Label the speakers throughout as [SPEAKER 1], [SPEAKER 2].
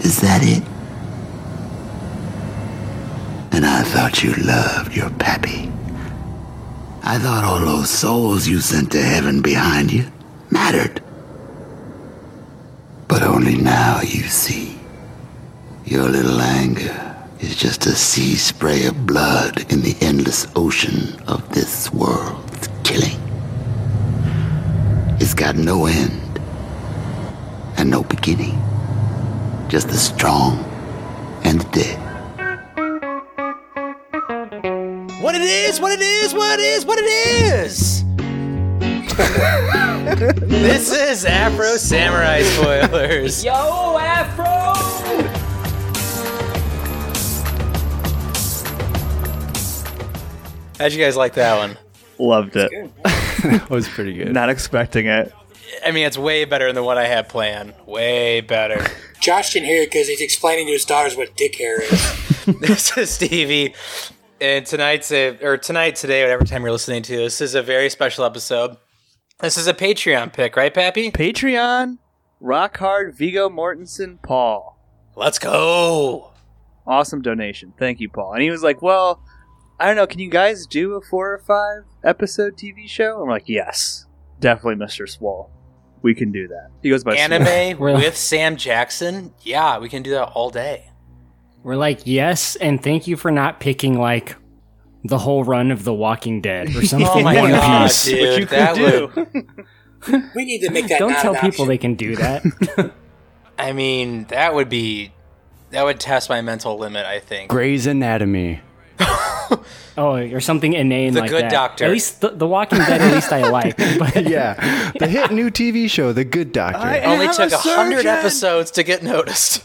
[SPEAKER 1] Is that it? And I thought you loved your pappy. I thought all those souls you sent to heaven behind you mattered. But only now you see. Your little anger is just a sea spray of blood in the endless ocean of this world's killing. It's got no end and no beginning. Just the strong and the dead.
[SPEAKER 2] What it is, what it is, what it is, what it is! this is Afro Samurai Spoilers.
[SPEAKER 3] Yo, Afro!
[SPEAKER 2] How'd you guys like that one?
[SPEAKER 4] Loved it.
[SPEAKER 5] That was pretty good.
[SPEAKER 4] Not expecting it.
[SPEAKER 2] I mean, it's way better than what I had planned. Way better.
[SPEAKER 6] Josh didn't hear it because he's explaining to his daughters what dick hair is.
[SPEAKER 2] this is Stevie, and tonight's a, or tonight, today, whatever time you're listening to this is a very special episode. This is a Patreon pick, right, Pappy?
[SPEAKER 4] Patreon, rock hard, Vigo Mortensen, Paul.
[SPEAKER 2] Let's go.
[SPEAKER 4] Awesome donation. Thank you, Paul. And he was like, Well, I don't know. Can you guys do a four or five episode TV show? I'm like, Yes, definitely, Mr. Swall. We can do that. He goes by Swall.
[SPEAKER 2] Anime
[SPEAKER 3] We're-
[SPEAKER 2] with Sam Jackson. Yeah, we can do that all day.
[SPEAKER 3] We're like, yes, and thank you for not picking, like, the whole run of The Walking Dead or something.
[SPEAKER 2] Oh my
[SPEAKER 3] One
[SPEAKER 2] god,
[SPEAKER 3] Piece.
[SPEAKER 2] dude!
[SPEAKER 4] Which you could
[SPEAKER 2] that
[SPEAKER 4] do.
[SPEAKER 2] would.
[SPEAKER 6] We need to make that.
[SPEAKER 3] Don't
[SPEAKER 6] not
[SPEAKER 3] tell
[SPEAKER 6] an
[SPEAKER 3] people
[SPEAKER 6] option.
[SPEAKER 3] they can do that.
[SPEAKER 2] I mean, that would be. That would test my mental limit. I think.
[SPEAKER 5] Grey's Anatomy.
[SPEAKER 3] oh, or something inane
[SPEAKER 2] The
[SPEAKER 3] like
[SPEAKER 2] Good
[SPEAKER 3] that.
[SPEAKER 2] Doctor.
[SPEAKER 3] At least The, the Walking Dead, at least I like. But
[SPEAKER 5] Yeah, the hit new TV show, The Good Doctor.
[SPEAKER 4] I-
[SPEAKER 2] Only
[SPEAKER 4] I'm a
[SPEAKER 2] took a hundred
[SPEAKER 4] surgeon.
[SPEAKER 2] episodes to get noticed.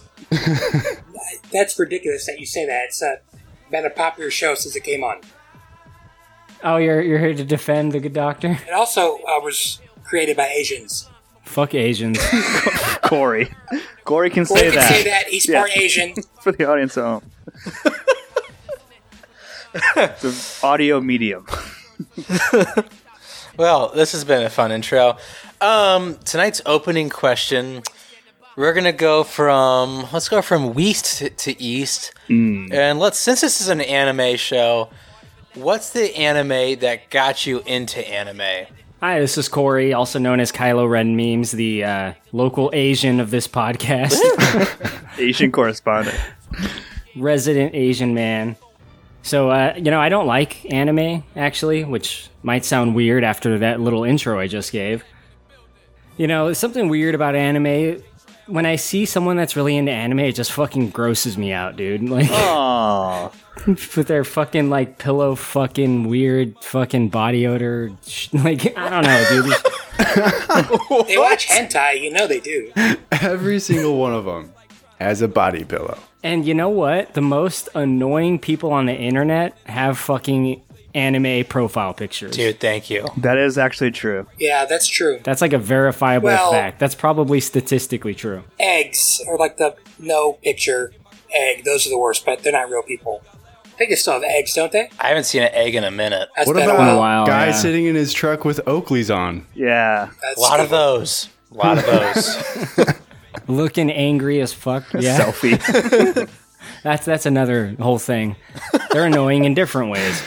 [SPEAKER 6] That's ridiculous that you say that. It's uh, been a popular show since it came on.
[SPEAKER 3] oh, you're you're here to defend The Good Doctor?
[SPEAKER 6] It also uh, was created by Asians.
[SPEAKER 3] Fuck Asians.
[SPEAKER 4] Corey. Corey can
[SPEAKER 6] Well,
[SPEAKER 4] say
[SPEAKER 6] you
[SPEAKER 4] that.
[SPEAKER 6] can say that he's
[SPEAKER 4] Yeah.
[SPEAKER 6] part Asian.
[SPEAKER 4] for the audience at home. it's an audio medium.
[SPEAKER 2] Well, this has been a fun intro. Um, tonight's opening question. We're gonna go from let's go from west to, to east, and let's since this is an anime show, what's the anime that got you into anime?
[SPEAKER 3] Hi, this is Corey, also known as Kylo Ren Memes, the uh, local Asian of this podcast,
[SPEAKER 4] Asian correspondent.
[SPEAKER 3] resident Asian man. So, uh, you know, I don't like anime, actually, which might sound weird after that little intro I just gave. You know, there's something weird about anime. When I see someone that's really into anime, it just fucking grosses me out, dude. Like,
[SPEAKER 4] Oh. Aww.
[SPEAKER 3] with their fucking, like, pillow fucking weird fucking body odor. sh- Like, I don't know, dude.
[SPEAKER 6] They watch hentai. You know they do.
[SPEAKER 5] Every single one of them has a body pillow.
[SPEAKER 3] And you know what? The most annoying people on the internet have fucking anime profile pictures.
[SPEAKER 2] Dude, thank you.
[SPEAKER 4] That is actually true.
[SPEAKER 6] Yeah, that's true.
[SPEAKER 3] That's like a verifiable
[SPEAKER 6] Well-
[SPEAKER 3] fact. That's probably statistically true.
[SPEAKER 6] Eggs are like the no picture egg. Those are the worst, but they're not real people. I think they still have eggs, don't they?
[SPEAKER 2] I haven't seen an egg in a minute.
[SPEAKER 6] That's
[SPEAKER 5] What
[SPEAKER 6] been
[SPEAKER 5] about
[SPEAKER 6] a while.
[SPEAKER 3] a while,
[SPEAKER 5] guy
[SPEAKER 3] yeah.
[SPEAKER 5] sitting in his truck with Oakley's on?
[SPEAKER 4] Yeah.
[SPEAKER 6] That's
[SPEAKER 2] A lot of those. A lot of those.
[SPEAKER 3] Looking angry as fuck. Yeah.
[SPEAKER 4] Selfie.
[SPEAKER 3] That's that's another whole thing. They're annoying in different ways.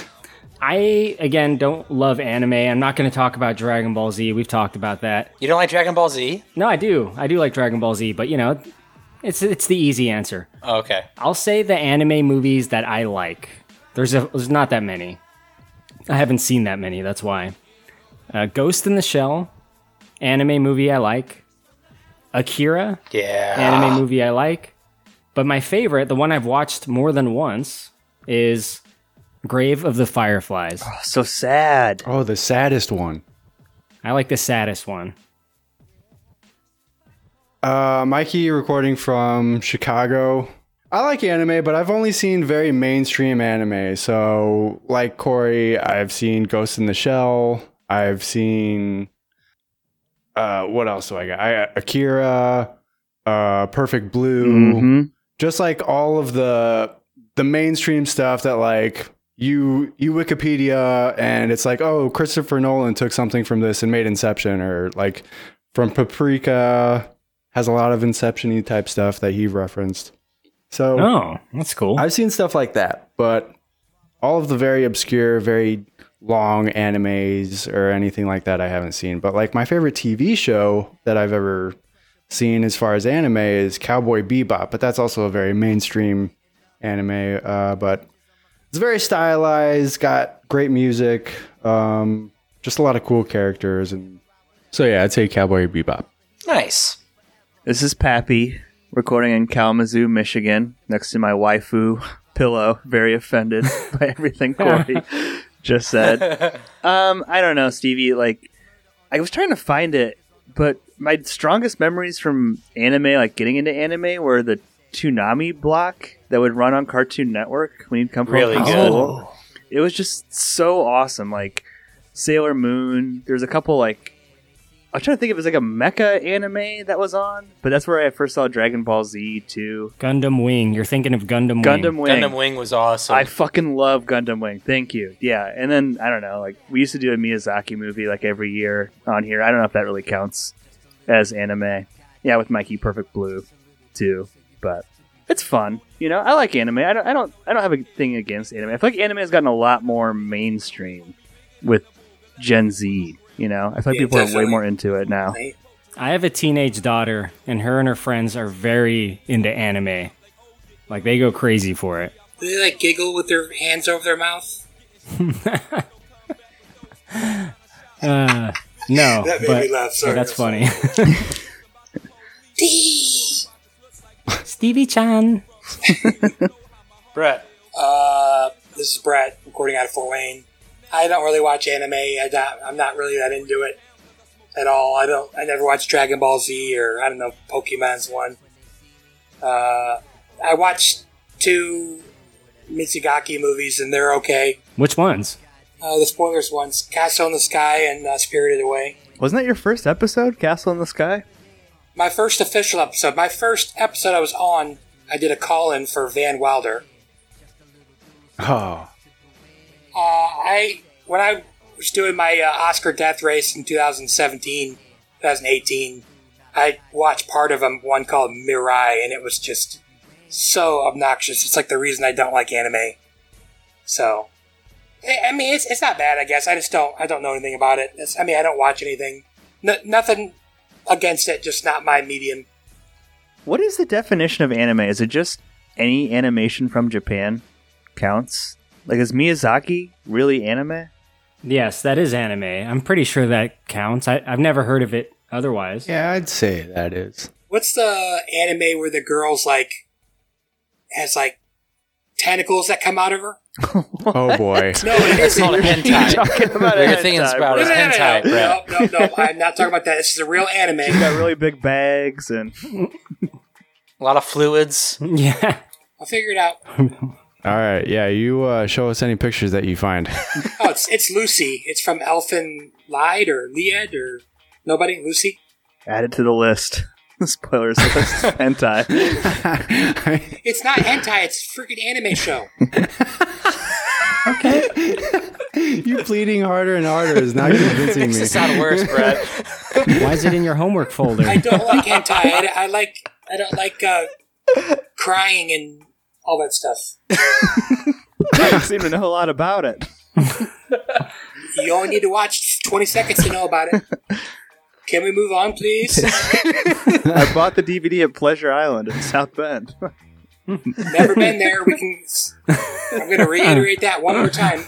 [SPEAKER 3] I again don't love anime. I'm not going to talk about Dragon Ball Z. We've talked about that.
[SPEAKER 2] You don't like Dragon Ball Z?
[SPEAKER 3] No, I do. I do like Dragon Ball Z, but you know, it's it's the easy answer.
[SPEAKER 2] Oh, okay.
[SPEAKER 3] I'll say the anime movies that I like. There's a, there's not that many. I haven't seen that many. That's why. Uh, Ghost in the Shell, anime movie I like. Akira,
[SPEAKER 2] Yeah.
[SPEAKER 3] anime movie I like. But my favorite, the one I've watched more than once, is Grave of the Fireflies.
[SPEAKER 4] so sad.
[SPEAKER 5] Oh, the saddest one.
[SPEAKER 3] I like the saddest one.
[SPEAKER 5] Uh, Mikey, recording from Chicago. I like anime, but I've only seen very mainstream anime. So, like Corey, I've seen Ghost in the Shell. I've seen. Uh, what else do I got? I got Akira, uh, Perfect Blue.
[SPEAKER 4] Mhm.
[SPEAKER 5] just like all of the the mainstream stuff that like you you Wikipedia and it's like oh Christopher Nolan took something from this and made Inception or like from Paprika has a lot of Inception-y type stuff that he referenced. So
[SPEAKER 3] Oh, that's cool.
[SPEAKER 5] I've seen stuff like that, but all of the very obscure, very long animes or anything like that I haven't seen. But like my favorite TV show that I've ever seen as far as anime is Cowboy Bebop, but that's also a very mainstream anime. Uh, but it's very stylized, got great music, um, just a lot of cool characters, and so yeah, I'd say Cowboy Bebop.
[SPEAKER 2] Nice.
[SPEAKER 4] This is Pappy recording in Kalamazoo, Michigan, next to my waifu pillow. Very offended by everything Corey just said. Um, I don't know, Stevie. Like, I was trying to find it, but my strongest memories from anime, like getting into anime, were the Toonami block that would run on Cartoon Network when you'd come from
[SPEAKER 2] Really
[SPEAKER 4] school.
[SPEAKER 2] good.
[SPEAKER 4] It was just so awesome. Like Sailor Moon. There's a couple like I'm trying to think if it was like a mecha anime that was on, but that's where I first saw Dragon Ball Z too.
[SPEAKER 3] Gundam Wing. You're thinking of Gundam,
[SPEAKER 4] Gundam
[SPEAKER 3] Wing.
[SPEAKER 4] Wing.
[SPEAKER 2] Hmm. Gundam Wing was awesome.
[SPEAKER 4] I fucking love Gundam Wing. Thank you. Yeah, and then I don't know. Like we used to do a Miyazaki movie like every year on here. I don't know if that really counts as anime. Yeah, with Mikey Perfect Blue too, but it's fun. You know, I like anime. I don't. I don't. I don't have a thing against anime. I feel like anime has gotten a lot more mainstream with Gen Z. You know, I feel like
[SPEAKER 6] Yeah,
[SPEAKER 4] people are way
[SPEAKER 6] definitely.
[SPEAKER 4] more into it now.
[SPEAKER 6] Right?
[SPEAKER 3] I have a teenage daughter, and her and her friends are very into anime. Like they go crazy for it.
[SPEAKER 6] Do they like giggle with their hands over their mouth?
[SPEAKER 3] Uh, no,
[SPEAKER 6] That made
[SPEAKER 3] but
[SPEAKER 6] me laugh, sorry.
[SPEAKER 3] that's funny. Stevie Chan.
[SPEAKER 2] Brett.
[SPEAKER 6] Uh, this is Brett recording out of Fort Wayne. I don't really watch anime. I not, I'm not really that into it at all. I don't. I never watched Dragon Ball Z or I don't know Pokemon's one. Uh, I watched two Mitsugaki movies and they're okay.
[SPEAKER 3] Which ones?
[SPEAKER 6] Uh, the spoilers ones: Castle in the Sky and uh, Spirited Away.
[SPEAKER 4] Wasn't that your first episode, Castle in the Sky?
[SPEAKER 6] My first official episode. My first episode I was on. I did a call in for Van Wilder.
[SPEAKER 5] Oh,
[SPEAKER 6] Uh, I when I was doing my uh, Oscar death race in 2017, 2018, I watched part of 'em, one called Mirai, and it was just so obnoxious. It's like the reason I don't like anime. So, I I mean, it's, it's not bad, I guess. I just don't I don't know anything about it. It's, I mean, I don't watch anything. No, nothing against it, just not my medium.
[SPEAKER 4] What is the definition of anime? Is it just any animation from Japan counts? Like, is Miyazaki really anime?
[SPEAKER 3] Yes, that is anime. I'm pretty sure that counts. I, I've never heard of it otherwise.
[SPEAKER 5] yeah, I'd say that is.
[SPEAKER 6] What's the anime where the girl's like has like tentacles that come out of her?
[SPEAKER 5] Oh boy.
[SPEAKER 6] No, it
[SPEAKER 2] That's
[SPEAKER 6] isn't.
[SPEAKER 2] not a hentai.
[SPEAKER 4] Talking about
[SPEAKER 2] What you're
[SPEAKER 4] hentai,
[SPEAKER 2] thinking is
[SPEAKER 4] bro.
[SPEAKER 2] about is hentai, Brett.
[SPEAKER 6] no, no, no, I'm not talking about that. This is a real
[SPEAKER 4] She's
[SPEAKER 6] anime.
[SPEAKER 4] got really big bags and
[SPEAKER 2] A lot of fluids.
[SPEAKER 3] Yeah.
[SPEAKER 6] I'll figure it out.
[SPEAKER 5] All right, yeah, you uh, show us any pictures that you find.
[SPEAKER 6] Oh, it's it's Lucy. It's from Elfin Lied or Lied or nobody. Lucy.
[SPEAKER 4] add it to the list. Spoilers list. Hentai.
[SPEAKER 6] It's not hentai. It's a freaking anime show.
[SPEAKER 5] you bleeding harder and harder is not convincing
[SPEAKER 2] Makes
[SPEAKER 5] me.
[SPEAKER 2] it sound worse, Brett.
[SPEAKER 3] Why is it in your homework folder?
[SPEAKER 6] I don't like hentai. I, I like I don't like uh, crying and all that stuff.
[SPEAKER 4] I don't seem to know a lot about it.
[SPEAKER 6] You only need to watch 20 seconds to know about it. Can we move on, please?
[SPEAKER 4] I bought the DVD at Pleasure Island in South Bend.
[SPEAKER 6] Never been there. We can. I'm going to reiterate that one more time.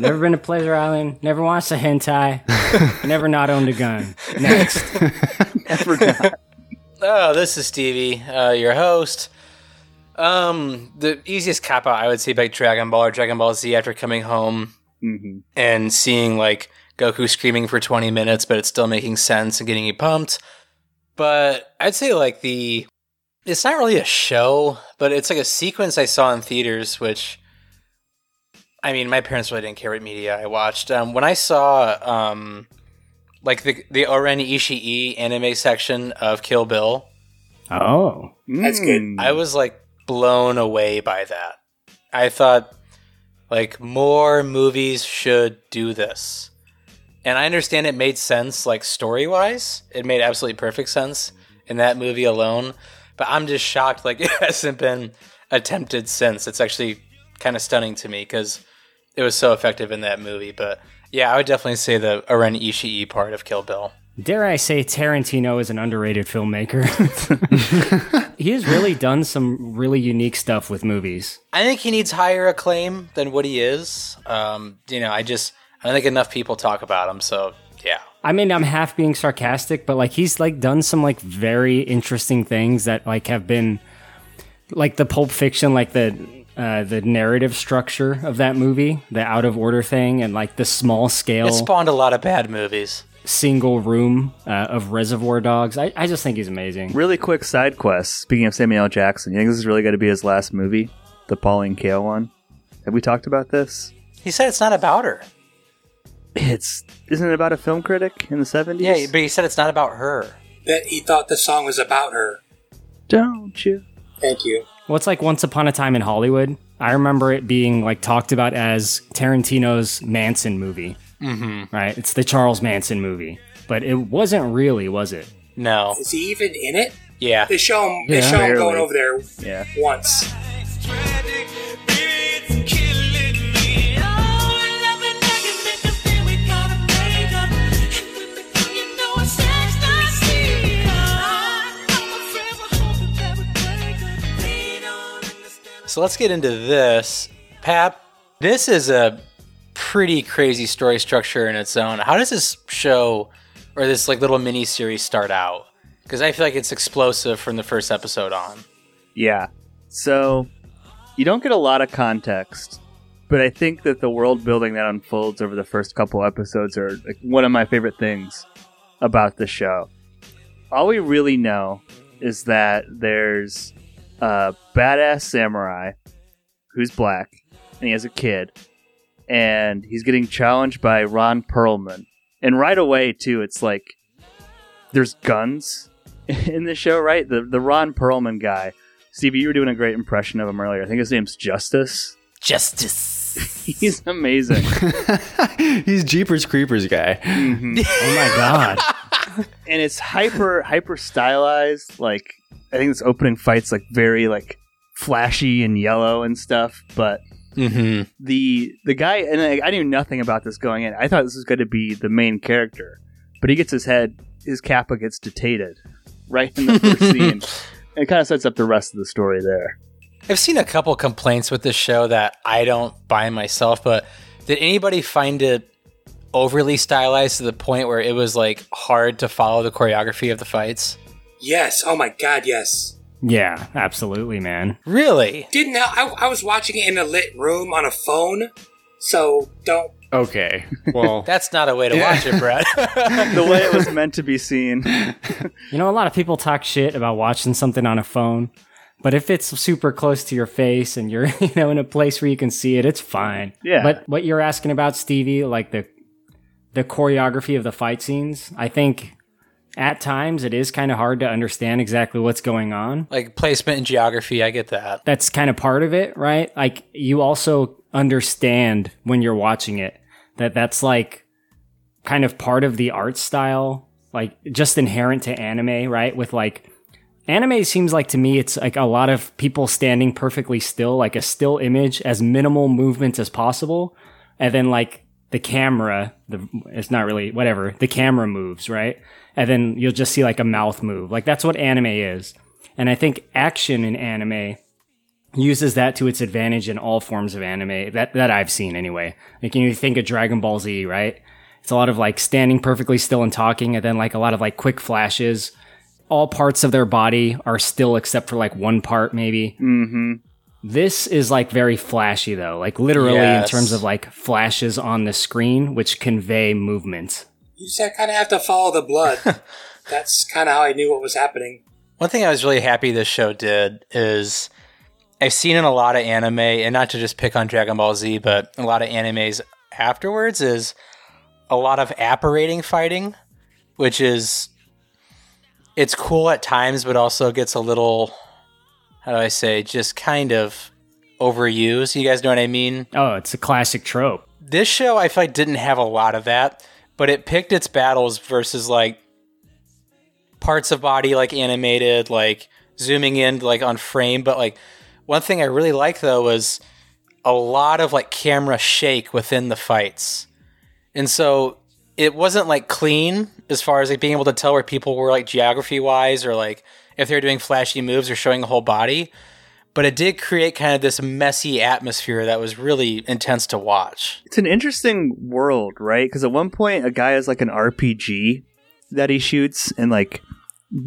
[SPEAKER 3] never been to Pleasure Island. Never watched a hentai. never not owned a gun. Next.
[SPEAKER 2] Oh, this is Stevie, uh, your host. Um, the easiest cop out I would say by Dragon Ball or Dragon Ball Z after coming home
[SPEAKER 4] Mhm.
[SPEAKER 2] and seeing like Goku screaming for 20 minutes, but it's still making sense and getting you pumped. But I'd say like the it's not really a show, but it's like a sequence I saw in theaters, which I mean, my parents really didn't care what media I watched. Um, when I saw um, like the the Oren Ishii anime section of Kill Bill.
[SPEAKER 3] Oh.
[SPEAKER 6] That's good.
[SPEAKER 4] Mm.
[SPEAKER 2] I was like blown away by that. I thought like more movies should do this. and I understand it made sense, like story wise, it made absolutely perfect sense in that movie alone. But I'm just shocked, like it hasn't been attempted since. It's actually kind of stunning to me because it was so effective in that movie. But yeah, I would definitely say the Aren Ishii part of Kill Bill.
[SPEAKER 3] Dare I say Tarantino is an underrated filmmaker. he has really done some really unique stuff with movies.
[SPEAKER 2] I think he needs higher acclaim than what he is. Um, you know, I just I don't think enough people talk about him. So yeah,
[SPEAKER 3] I mean, I'm half being sarcastic, but like he's like done some like very interesting things that like have been like the Pulp Fiction, like the uh, the narrative structure of that movie, the out of order thing, and like the small scale
[SPEAKER 2] it spawned a lot of bad movies.
[SPEAKER 3] single room uh, of Reservoir Dogs. I, I just think he's amazing.
[SPEAKER 4] Really quick side quest. Speaking of Samuel L. Jackson, you think this is really going to be his last movie? The Pauline Kael one? Have we talked about this?
[SPEAKER 2] He said it's not about her.
[SPEAKER 4] It's isn't it about a film critic in the seventies?
[SPEAKER 2] Yeah, but he said it's not about her.
[SPEAKER 6] That he thought the song was about her.
[SPEAKER 4] don't you?
[SPEAKER 6] Thank you.
[SPEAKER 3] Well, it's like Once Upon a Time in Hollywood. I remember it being like talked about as Tarantino's Manson movie, mm-hmm. right? It's the Charles Manson movie, but it wasn't really, was it?
[SPEAKER 2] No.
[SPEAKER 6] Is he even in it?
[SPEAKER 2] Yeah.
[SPEAKER 6] They show him. They
[SPEAKER 3] Yeah.
[SPEAKER 6] show him
[SPEAKER 4] Barely.
[SPEAKER 6] going over there
[SPEAKER 4] Yeah.
[SPEAKER 6] once.
[SPEAKER 7] Oh,
[SPEAKER 2] So let's get into this. Pap, this is a pretty crazy story structure in its own. How does this show or this like little mini series start out? Because I feel like it's explosive from the first episode on.
[SPEAKER 4] Yeah. So you don't get a lot of context, but I think that the world building that unfolds over the first couple episodes are like one of my favorite things about the show. All we really know is that there's a badass samurai who's black and he has a kid and he's getting challenged by Ron Perlman. And right away too, it's like there's guns in the show, right? The the Ron Perlman guy Stevie, you were doing a great impression of him earlier. I think his name's Justice.
[SPEAKER 2] Justice.
[SPEAKER 4] He's amazing.
[SPEAKER 5] He's Jeepers Creepers guy.
[SPEAKER 3] Oh my god!
[SPEAKER 4] and it's hyper hyper stylized. Like I think this opening fight's like very like flashy and yellow and stuff, but
[SPEAKER 2] Mm-hmm.
[SPEAKER 4] the the guy and I, I knew nothing about this going in. I thought this was going to be the main character, but he gets his head his kappa gets detated right in the first scene. And it kind of sets up the rest of the story there.
[SPEAKER 2] I've seen a couple complaints with this show that I don't buy myself, but did anybody find it overly stylized to the point where it was like hard to follow the choreography of the fights?
[SPEAKER 6] Yes. Oh my God. Yes.
[SPEAKER 3] yeah, absolutely, man.
[SPEAKER 2] Really?
[SPEAKER 6] Didn't know. I, I was watching it in a lit room on a phone, so don't.
[SPEAKER 5] Okay. Well,
[SPEAKER 2] That's not a way to watch it, Brad.
[SPEAKER 4] The way it was meant to be seen.
[SPEAKER 3] You know, a lot of people talk shit about watching something on a phone, but if it's super close to your face and you're, you know, in a place where you can see it, it's fine.
[SPEAKER 4] Yeah.
[SPEAKER 3] But what you're asking about, Stevie, like the the choreography of the fight scenes, I think at times it is kind of hard to understand exactly what's going on.
[SPEAKER 2] like placement and geography. I get that.
[SPEAKER 3] That's kind of part of it, right? Like you also understand when you're watching it that that's like kind of part of the art style, like just inherent to anime, right? With like anime seems like to me it's like a lot of people standing perfectly still, like a still image, as minimal movement as possible, and then like the camera, the it's not really whatever the camera moves, right? And then you'll just see like a mouth move, like that's what anime is. And I think action in anime uses that to its advantage in all forms of anime that that I've seen anyway. Like you think of Dragon Ball Z, right? It's a lot of like standing perfectly still and talking, and then like a lot of like quick flashes. All parts of their body are still except for like one part, maybe. Mm-hmm. This is like very flashy though, like literally
[SPEAKER 2] Yes.
[SPEAKER 3] in terms of like flashes on the screen, which convey movement.
[SPEAKER 6] You just kind of have to follow the blood. That's kind of how I knew what was happening.
[SPEAKER 2] One thing I was really happy this show did is I've seen in a lot of anime, and not to just pick on Dragon Ball Z, but a lot of animes afterwards is a lot of apparating fighting, which is it's cool at times, but also gets a little how do I say, just kind of overused. You guys know what I mean?
[SPEAKER 3] Oh, it's a classic trope.
[SPEAKER 2] this show I feel like didn't have a lot of that, but it picked its battles versus like parts of body like animated, like zooming in like on frame. But like one thing I really liked though was a lot of like camera shake within the fights. And so it wasn't like clean as far as like being able to tell where people were like geography wise or like if they were doing flashy moves or showing a whole body. But it did create kind of this messy atmosphere that was really intense to watch.
[SPEAKER 4] It's an interesting world, right? Because at one point, a guy has like an RPG that he shoots and like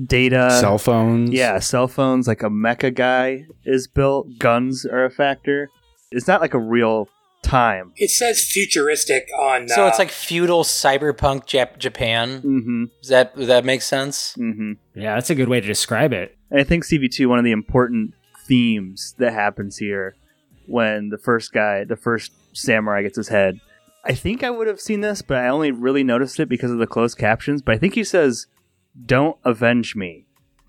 [SPEAKER 4] data.
[SPEAKER 3] Uh,
[SPEAKER 5] Cell phones.
[SPEAKER 4] yeah, cell phones, like a mecha guy is built. Guns are a factor. It's not like a real time.
[SPEAKER 6] It says futuristic on.
[SPEAKER 2] So
[SPEAKER 6] uh,
[SPEAKER 2] it's like feudal cyberpunk Jap- Japan.
[SPEAKER 4] Mm-hmm.
[SPEAKER 2] Does that does that make sense?
[SPEAKER 4] Mm-hmm.
[SPEAKER 3] Yeah, that's a good way to describe it.
[SPEAKER 4] And I think CV2, one of the important themes that happens here when the first guy, the first samurai gets his head. I think I would have seen this, but I only really noticed it because of the closed captions. But I think he says, Don't avenge me.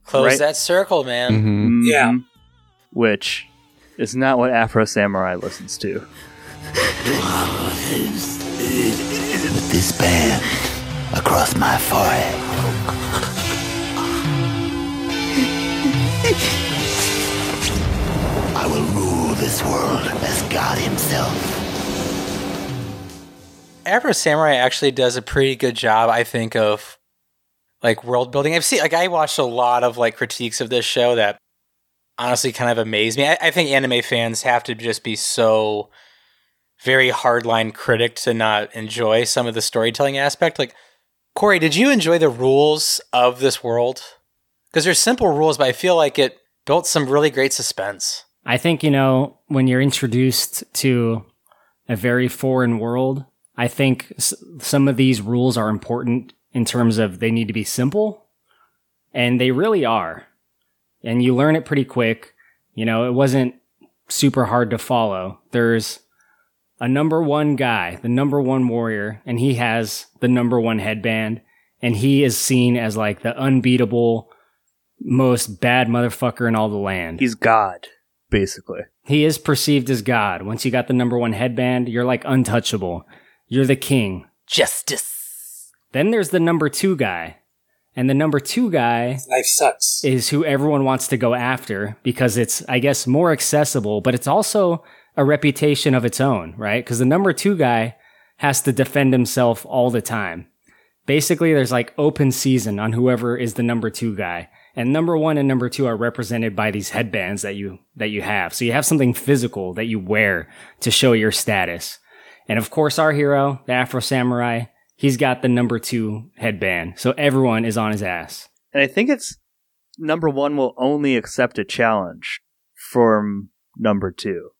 [SPEAKER 2] Close
[SPEAKER 4] Right.
[SPEAKER 2] that circle, man.
[SPEAKER 5] Mhm.
[SPEAKER 4] Mhm.
[SPEAKER 6] Yeah.
[SPEAKER 2] mm-hmm.
[SPEAKER 4] Which is not what Afro Samurai listens to.
[SPEAKER 1] with this band across my forehead. I will rule this world as God Himself.
[SPEAKER 2] Afro Samurai actually does a pretty good job, I think, of like world building. I've seen like I watched a lot of like critiques of this show that honestly kind of amaze me. I, I think anime fans have to just be so very hardline critic to not enjoy some of the storytelling aspect. Like Corey, did you enjoy the rules of this world? Because they're simple rules, but I feel like it built some really great suspense.
[SPEAKER 3] I think, you know, when you're introduced to a very foreign world, I think s- some of these rules are important in terms of they need to be simple, and they really are. And you learn it pretty quick. You know, it wasn't super hard to follow. There's a number one guy, the number one warrior, and he has the number one headband, and he is seen as like the unbeatable, most bad motherfucker in all the land
[SPEAKER 4] He's God, basically.
[SPEAKER 3] he is perceived as God. Once you got the number one headband, you're like untouchable. You're the king.
[SPEAKER 2] Justice.
[SPEAKER 3] Then there's the number two guy. And the number two guy
[SPEAKER 6] life sucks.
[SPEAKER 3] is who everyone wants to go after because it's, I guess, more accessible, but it's also a reputation of its own, right? Because the number two guy has to defend himself all the time. Basically, there's like open season on whoever is the number two guy. And number one and number two are represented by these headbands that you, that you have. So you have something physical that you wear to show your status. And of course, our hero, the Afro Samurai, he's got the number two headband. So everyone is on his ass.
[SPEAKER 4] And I think it's number one will only accept a challenge from number two,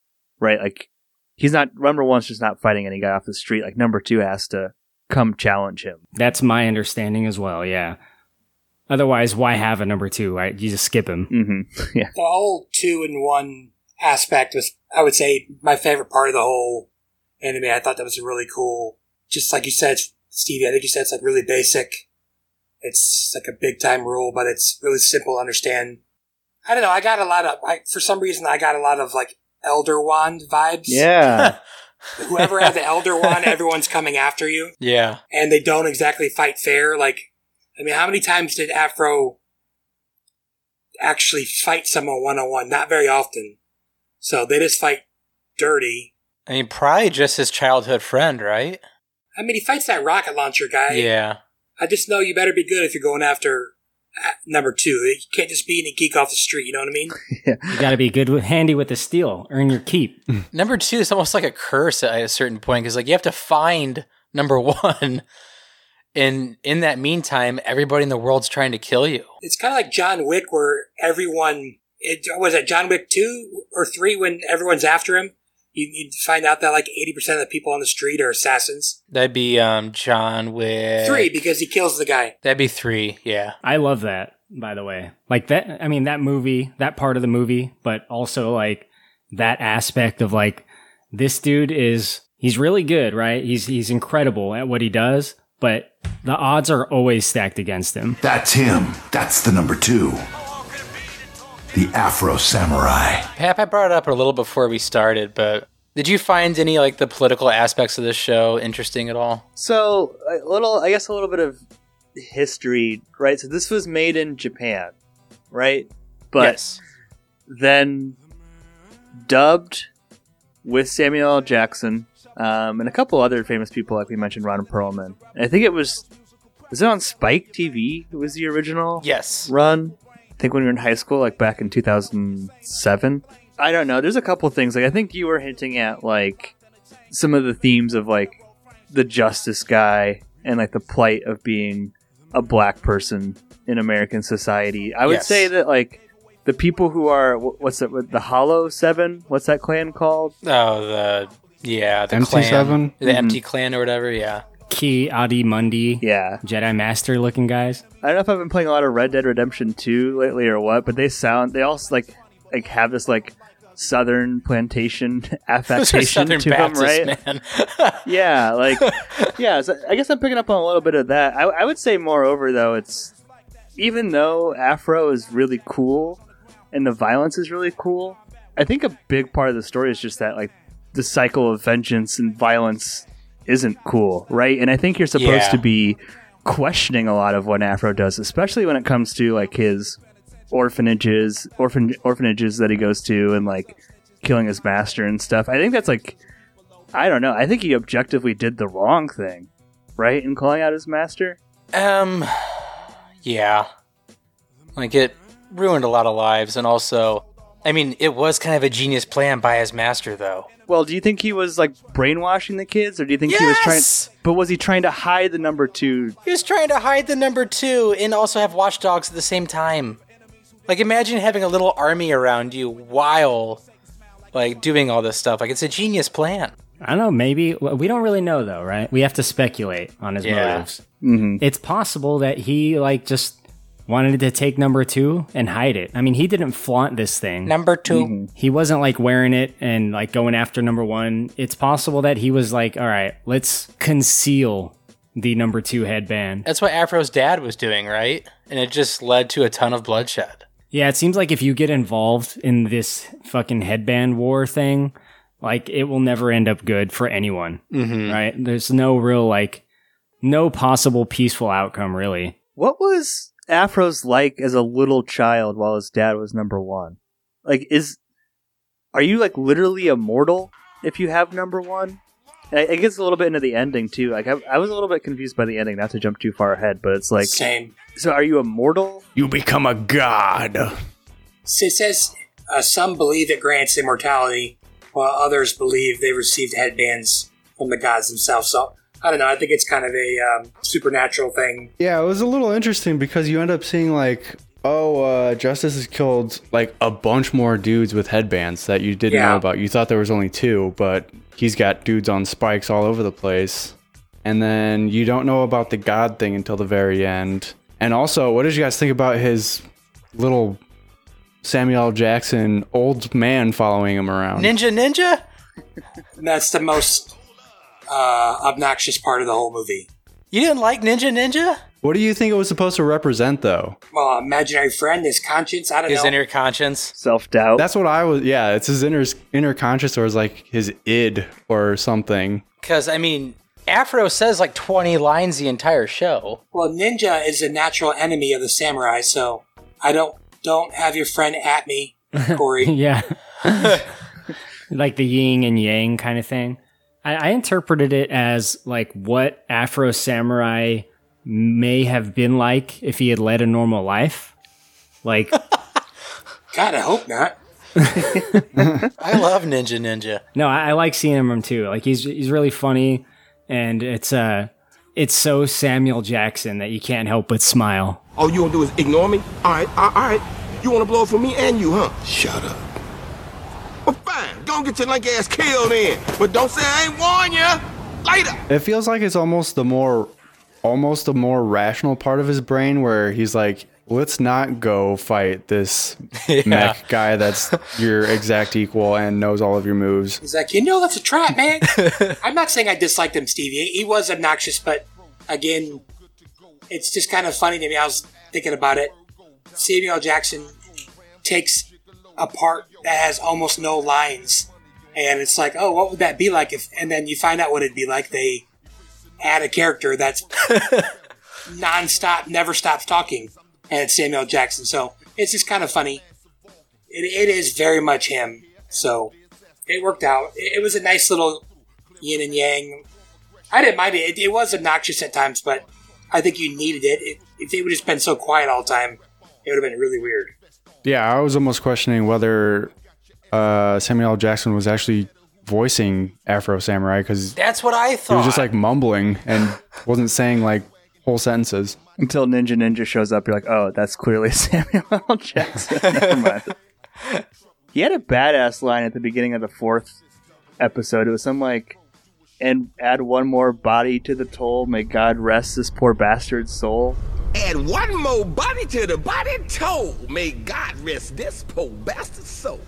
[SPEAKER 4] right? Like he's not number one's just not fighting any guy off the street. Like number two has to come challenge him.
[SPEAKER 3] That's my understanding as well. Yeah. Otherwise, why have a number two? Right? You just skip him.
[SPEAKER 4] Mm-hmm. Yeah,
[SPEAKER 6] the whole two in one aspect was, I would say, my favorite part of the whole anime. I thought that was really cool. Just like you said, Stevie, I think you said it's like really basic. It's like a big time rule, but it's really simple to understand. I don't know. I got a lot of, I, for some reason, I got a lot of like Elder Wand vibes.
[SPEAKER 4] yeah.
[SPEAKER 6] Whoever had the Elder Wand, everyone's coming after you
[SPEAKER 2] Yeah.
[SPEAKER 6] and they don't exactly fight fair. Like, I mean, how many times did Afro actually fight someone one on one? Not very often. So they just fight dirty.
[SPEAKER 2] I mean, probably just his childhood friend, right?
[SPEAKER 6] I mean, he fights that rocket launcher guy.
[SPEAKER 2] yeah.
[SPEAKER 6] I just know you better be good if you're going after uh, number two. You can't just be any geek off the street. You know what I mean?
[SPEAKER 3] You got to be good with handy with the steel. Earn your keep.
[SPEAKER 2] Number two is almost like a curse at a certain point because like you have to find number one, and in that meantime, everybody in the world's trying to kill you.
[SPEAKER 6] It's kind of like John Wick, where everyone it, was it John Wick two or three when everyone's after him. You, you find out that like eighty percent of the people on the street are assassins.
[SPEAKER 2] That'd be um John with
[SPEAKER 6] Three because he kills the guy.
[SPEAKER 2] That'd be three. Yeah.
[SPEAKER 3] I love that. By the way, like that. I mean, that movie, that part of the movie, but also like that aspect of like this dude is he's really good, right? He's he's incredible at what he does, but the odds are always stacked against him.
[SPEAKER 8] That's him. That's the number two. The Afro Samurai.
[SPEAKER 2] Pap, I brought it up a little before we started, but Did you find any like the political aspects of this show interesting at all?
[SPEAKER 4] So a little, I guess, a little bit of history, right? So this was made in Japan, right? But
[SPEAKER 2] yes.
[SPEAKER 4] then dubbed with Samuel L. Jackson um, and a couple other famous people, like we mentioned, Ron Perlman. And I think it was was it on Spike TV? It was the original
[SPEAKER 2] Yes.
[SPEAKER 4] run. I think when we were in high school, like back in 2007. I don't know. There's a couple things. Like I think you were hinting at like some of the themes of like the justice guy and like the plight of being a black person in American society. I would
[SPEAKER 2] Yes.
[SPEAKER 4] say that like the people who are wh- what's it with the Hollow Seven? What's that clan called?
[SPEAKER 2] Oh, the yeah, the
[SPEAKER 5] MT7?
[SPEAKER 2] clan, the empty
[SPEAKER 4] Mm-hmm.
[SPEAKER 2] clan or whatever. Yeah.
[SPEAKER 3] Ki Adi Mundi,
[SPEAKER 4] Yeah,
[SPEAKER 3] Jedi Master looking guys.
[SPEAKER 4] I don't know if I've been playing a lot of Red Dead Redemption 2 lately or what, but they sound they all like like have this like southern plantation
[SPEAKER 2] Those are
[SPEAKER 4] affectation
[SPEAKER 2] Southern
[SPEAKER 4] to
[SPEAKER 2] Baptist,
[SPEAKER 4] them, right?
[SPEAKER 2] man.
[SPEAKER 4] Yeah, like yeah, so I guess I'm picking up on a little bit of that. I, I would say moreover though, it's even though Afro is really cool and the violence is really cool, I think a big part of the story is just that like the cycle of vengeance and violence isn't cool, right? And I think you're supposed
[SPEAKER 2] Yeah.
[SPEAKER 4] to be questioning a lot of what Afro does, especially when it comes to like his orphanages, orphan orphanages that he goes to, and like killing his master and stuff. I think that's like, I don't know. I think he objectively did the wrong thing, right, in calling out his master.
[SPEAKER 2] um, yeah. Like it ruined a lot of lives, and also, I mean, it was kind of a genius plan by his master, though.
[SPEAKER 4] Well, do you think he was like brainwashing the kids, or do you think he was
[SPEAKER 2] Yes!
[SPEAKER 4] trying? But was he trying to hide the number two?
[SPEAKER 2] He was trying to hide the number two and also have watchdogs at the same time. Like, imagine having a little army around you while, like, doing all this stuff. Like, it's a genius plan.
[SPEAKER 3] I don't know. Maybe well, we don't really know though, right? We have to speculate on his
[SPEAKER 2] Yeah.
[SPEAKER 3] motives. It's possible that he like just wanted to take number two and hide it. I mean, he didn't flaunt this thing.
[SPEAKER 2] Number 2
[SPEAKER 3] He wasn't like wearing it and like going after number one. It's possible that he was like, all right, let's conceal the number two headband.
[SPEAKER 2] That's what Afro's dad was doing, right? And it just led to a ton of bloodshed.
[SPEAKER 3] Yeah, it seems like if you get involved in this fucking headband war thing, like it will never end up good for anyone,
[SPEAKER 2] Mm-hmm.
[SPEAKER 3] right? There's no real like, no possible peaceful outcome really.
[SPEAKER 4] What was Afro's like as a little child while his dad was number one? Like, is are you like literally immortal if you have number one? And I- It gets a little bit into the ending too. Like, I, I was a little bit confused by the ending. Not to jump too far ahead, but it's like,
[SPEAKER 6] Same.
[SPEAKER 4] so are you immortal?
[SPEAKER 5] You become a god.
[SPEAKER 6] So it says uh, some believe it grants immortality, while others believe they received headbands from the gods themselves. So I don't know. I think it's kind of a um, supernatural thing.
[SPEAKER 5] Yeah, it was a little interesting because you end up seeing like, oh, uh, Justice has killed like a bunch more dudes with headbands that you didn't know
[SPEAKER 6] Yeah.
[SPEAKER 5] about. You thought there was only two, but he's got dudes on spikes all over the place. And then you don't know about the god thing until the very end. And also, what did you guys think about his little Samuel L. Jackson old man following him around?
[SPEAKER 2] Ninja, ninja?
[SPEAKER 6] And that's the most uh, obnoxious part of the whole movie.
[SPEAKER 2] You didn't like Ninja, ninja?
[SPEAKER 5] What do you think it was supposed to represent, though?
[SPEAKER 6] Well, imaginary friend, his conscience. I don't
[SPEAKER 2] Is
[SPEAKER 6] know.
[SPEAKER 2] in your conscience.
[SPEAKER 4] Self doubt.
[SPEAKER 5] That's what I was. Yeah, it's his inner inner conscious, or it's like his id, or something.
[SPEAKER 2] Because, I mean, Afro says like 20 lines the entire show.
[SPEAKER 6] well, ninja is a natural enemy of the samurai, so I don't don't have your friend at me, Corey.
[SPEAKER 3] Yeah. like the yin and yang kind of thing. I, I interpreted it as like what Afro Samurai may have been like if he had led a normal life. Like,
[SPEAKER 6] God, I hope not.
[SPEAKER 2] I love Ninja, ninja.
[SPEAKER 3] no, I, I like seeing him too. Like he's he's really funny, and it's uh, it's so Samuel Jackson that you can't help but smile.
[SPEAKER 9] All you gonna do is ignore me? All right, all all right. You wanna blow it for me and you, huh?
[SPEAKER 8] Shut up.
[SPEAKER 9] Well, fine. Go and get your lank ass killed then. But don't say I ain't warn ya. Later.
[SPEAKER 5] It feels like it's almost the more, almost the more rational part of his brain where he's like, let's not go fight this mech guy that's your exact equal and knows all of your moves.
[SPEAKER 6] He's like, you know, that's a trap, man. I'm not saying I disliked him, Stevie. He was obnoxious, but again, it's just kind of funny to me. I was thinking about it. Samuel L. Jackson takes a part that has almost no lines and it's like, oh, what would that be like if? And then you find out what it'd be like. They add a character that's nonstop, never stops talking, and it's Samuel L. Jackson. So it's just kind of funny. It, it is very much him. So it worked out. It, it was a nice little yin and yang. I didn't mind it. it. It was obnoxious at times, but I think you needed it. it if it would have just been so quiet all the time, it would have been really weird.
[SPEAKER 5] Yeah, I was almost questioning whether uh, Samuel L. Jackson was actually voicing Afro Samurai because
[SPEAKER 2] That's what I
[SPEAKER 5] he
[SPEAKER 2] thought.
[SPEAKER 5] was just like mumbling and wasn't saying like whole sentences.
[SPEAKER 4] Until Ninja Ninja shows up, you're like, oh, that's clearly Samuel L. Jackson. Never mind. He had a badass line at the beginning of the fourth episode. It was some like, and add one more body to the toll. May God rest this poor bastard's soul.
[SPEAKER 9] Add one more body to the body toe. May God rest this poor bastard soul.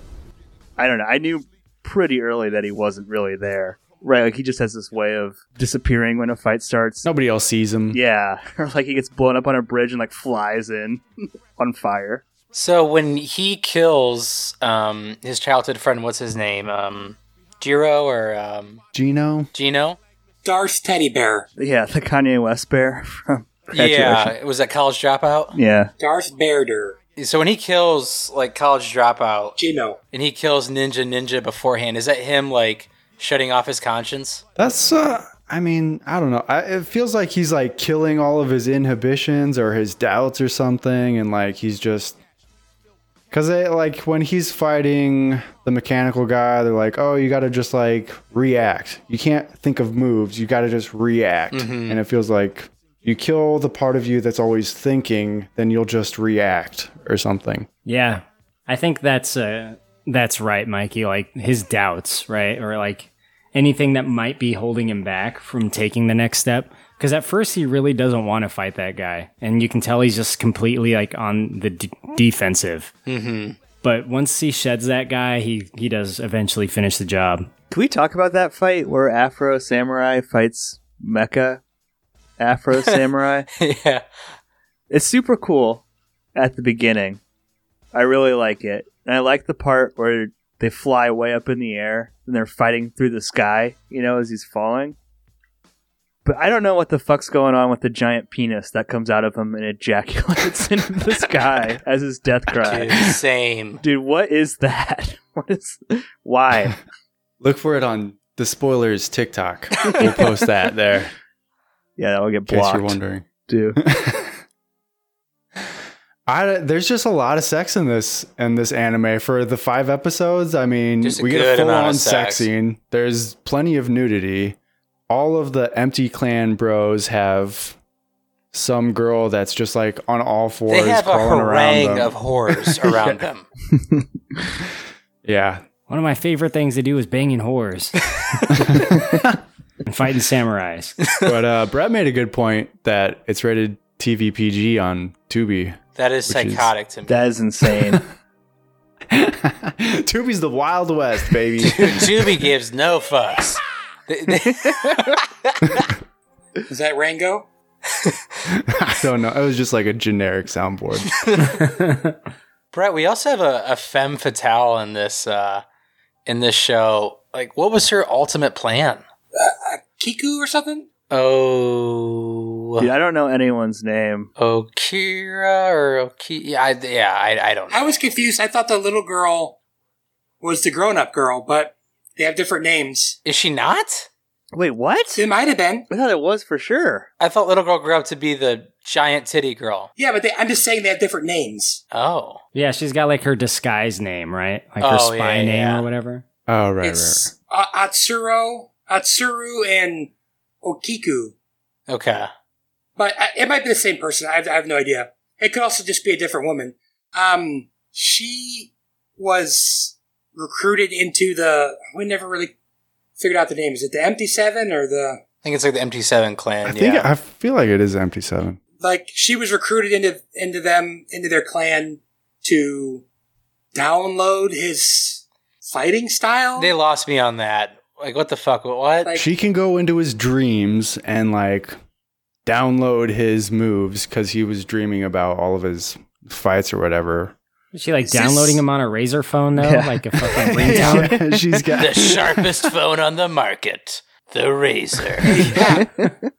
[SPEAKER 4] I don't know. I knew pretty early that he wasn't really there. Right, like he just has this way of disappearing when a fight starts.
[SPEAKER 5] Nobody else sees him.
[SPEAKER 4] Yeah, or like he gets blown up on a bridge and like flies in on fire.
[SPEAKER 2] so when he kills um, his childhood friend, what's his name? Um, Jiro or um,
[SPEAKER 5] Gino.
[SPEAKER 2] Gino?
[SPEAKER 6] Darth Teddy Bear.
[SPEAKER 4] Yeah, the Kanye West bear from graduation.
[SPEAKER 2] Yeah, it Uh, was that college dropout.
[SPEAKER 4] Yeah.
[SPEAKER 6] Darth Bearder.
[SPEAKER 2] So when he kills like college dropout
[SPEAKER 6] Gino.
[SPEAKER 2] and he kills Ninja Ninja beforehand, is that him like shutting off his conscience?
[SPEAKER 5] That's uh I mean, I don't know. I, it feels like he's like killing all of his inhibitions or his doubts or something and like he's just cuz like when he's fighting the mechanical guy, they're like, "Oh, you got to just like react. You can't think of moves. You got to just react." And it feels like you kill the part of you that's always thinking, then you'll just react or something.
[SPEAKER 3] Yeah, I think that's uh, that's right, Mikey. Like his doubts, right, or like anything that might be holding him back from taking the next step. Because at first he really doesn't want to fight that guy, and you can tell he's just completely like on the d- defensive. Mm-hmm. But once he sheds that guy, he he does eventually finish the job.
[SPEAKER 4] Can we talk about that fight where Afro Samurai fights Mecha Afro Samurai?
[SPEAKER 2] yeah.
[SPEAKER 4] It's super cool at the beginning. I really like it. And I like the part where they fly way up in the air and they're fighting through the sky, you know, as he's falling. But I don't know what the fuck's going on with the giant penis that comes out of him and ejaculates into the sky as his death
[SPEAKER 2] Dude,
[SPEAKER 4] cry.
[SPEAKER 2] same.
[SPEAKER 4] Dude, what is that? What is why?
[SPEAKER 5] Look for it on the spoilers TikTok. we'll post that there.
[SPEAKER 4] Yeah, that will get
[SPEAKER 5] In case you're
[SPEAKER 4] blocked.
[SPEAKER 5] wondering.
[SPEAKER 4] Dude.
[SPEAKER 5] I, there's just a lot of sex in this in this anime for the five episodes. I mean,
[SPEAKER 2] Just a
[SPEAKER 5] we
[SPEAKER 2] good
[SPEAKER 5] get a full
[SPEAKER 2] amount
[SPEAKER 5] on
[SPEAKER 2] of
[SPEAKER 5] sex
[SPEAKER 2] sex.
[SPEAKER 5] scene. There's plenty of nudity. All of the empty clan bros have some girl that's just like on all fours
[SPEAKER 2] They have a
[SPEAKER 5] crawling around
[SPEAKER 2] harangue
[SPEAKER 5] them.
[SPEAKER 2] of horrors around them.
[SPEAKER 5] yeah,
[SPEAKER 3] One of my favorite things to do is banging whores and fighting samurais.
[SPEAKER 5] but uh, Brett made a good point that it's rated TVPG on Tubi.
[SPEAKER 2] That is
[SPEAKER 5] Which is-
[SPEAKER 2] psychotic to me.
[SPEAKER 4] That is insane.
[SPEAKER 5] Tubi's the Wild West, baby.
[SPEAKER 2] Tubi gives no fucks. They- they-
[SPEAKER 6] Is that Rango?
[SPEAKER 5] I don't know. It was just like a generic soundboard.
[SPEAKER 2] Brett, we also have a, a femme fatale in this uh, in this show. Like, what was her ultimate plan?
[SPEAKER 6] Kiku or something?
[SPEAKER 2] Oh,
[SPEAKER 4] Dude, I don't know anyone's name.
[SPEAKER 2] Okira or Oki? Yeah, I, yeah, I, I don't know.
[SPEAKER 6] I was confused. I thought the little girl was the grown up girl, but they have different names.
[SPEAKER 2] Is she not?
[SPEAKER 4] Wait, what?
[SPEAKER 6] It might have been.
[SPEAKER 4] I thought it was for sure.
[SPEAKER 2] I thought little girl grew up to be the giant titty girl.
[SPEAKER 6] Yeah, but they, I'm just saying they have different names.
[SPEAKER 2] Oh,
[SPEAKER 3] Yeah, she's got like her disguise name, right? Like her
[SPEAKER 2] Oh,
[SPEAKER 3] spy
[SPEAKER 2] yeah,
[SPEAKER 3] name
[SPEAKER 2] yeah.
[SPEAKER 3] or whatever.
[SPEAKER 5] Oh right, right.
[SPEAKER 6] it's uh, Atsuro, Atsuru, and Okiku.
[SPEAKER 2] okay.
[SPEAKER 6] But I, it might be the same person. I have, I have no idea. It could also just be a different woman. Um, she was recruited into the. We never really figured out the name. Is it the Empty Seven or the?
[SPEAKER 2] I think it's like the MT7 clan.
[SPEAKER 5] I
[SPEAKER 2] yeah.
[SPEAKER 5] think I feel like it is empty seven.
[SPEAKER 6] Like she was recruited into into them into their clan to download his fighting style.
[SPEAKER 2] They lost me on that. Like, what the fuck? What?
[SPEAKER 6] Like-
[SPEAKER 5] she can go into his dreams and like download his moves because he was dreaming about all of his fights or whatever.
[SPEAKER 3] Is she like downloading them on a razor phone though, like a fucking ringtone?
[SPEAKER 5] Yeah, she's
[SPEAKER 2] The
[SPEAKER 5] got.
[SPEAKER 2] sharpest phone on the market, the Razor.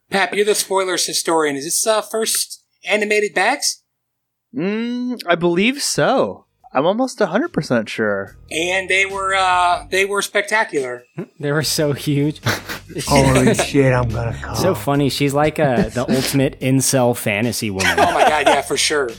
[SPEAKER 6] Pap, you're the spoilers historian. Is this uh, first animated Bags?
[SPEAKER 4] Mm, I believe so. I'm almost 100% sure.
[SPEAKER 6] And they were uh, they were spectacular.
[SPEAKER 3] They were so huge.
[SPEAKER 10] Holy shit, I'm gonna come.
[SPEAKER 3] So funny. She's like uh the ultimate incel fantasy woman.
[SPEAKER 6] Oh my god, yeah, for sure.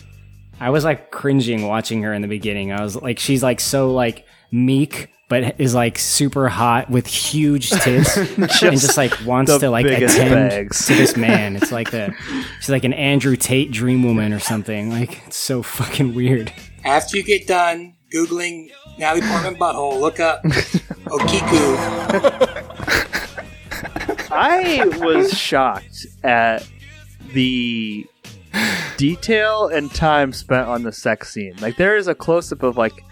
[SPEAKER 3] I was like cringing watching her in the beginning. I was like, she's like so like meek, but is like super hot with huge tits and just like wants
[SPEAKER 4] the
[SPEAKER 3] to like
[SPEAKER 4] biggest
[SPEAKER 3] attend
[SPEAKER 4] bags.
[SPEAKER 3] to this man. It's like a she's like an Andrew Tate dream woman or something. Like it's so fucking weird.
[SPEAKER 6] After you get done googling Natalie Portman butthole, look up Okiku.
[SPEAKER 4] I was shocked at the detail and time spent on the sex scene. Like, there is a close up of like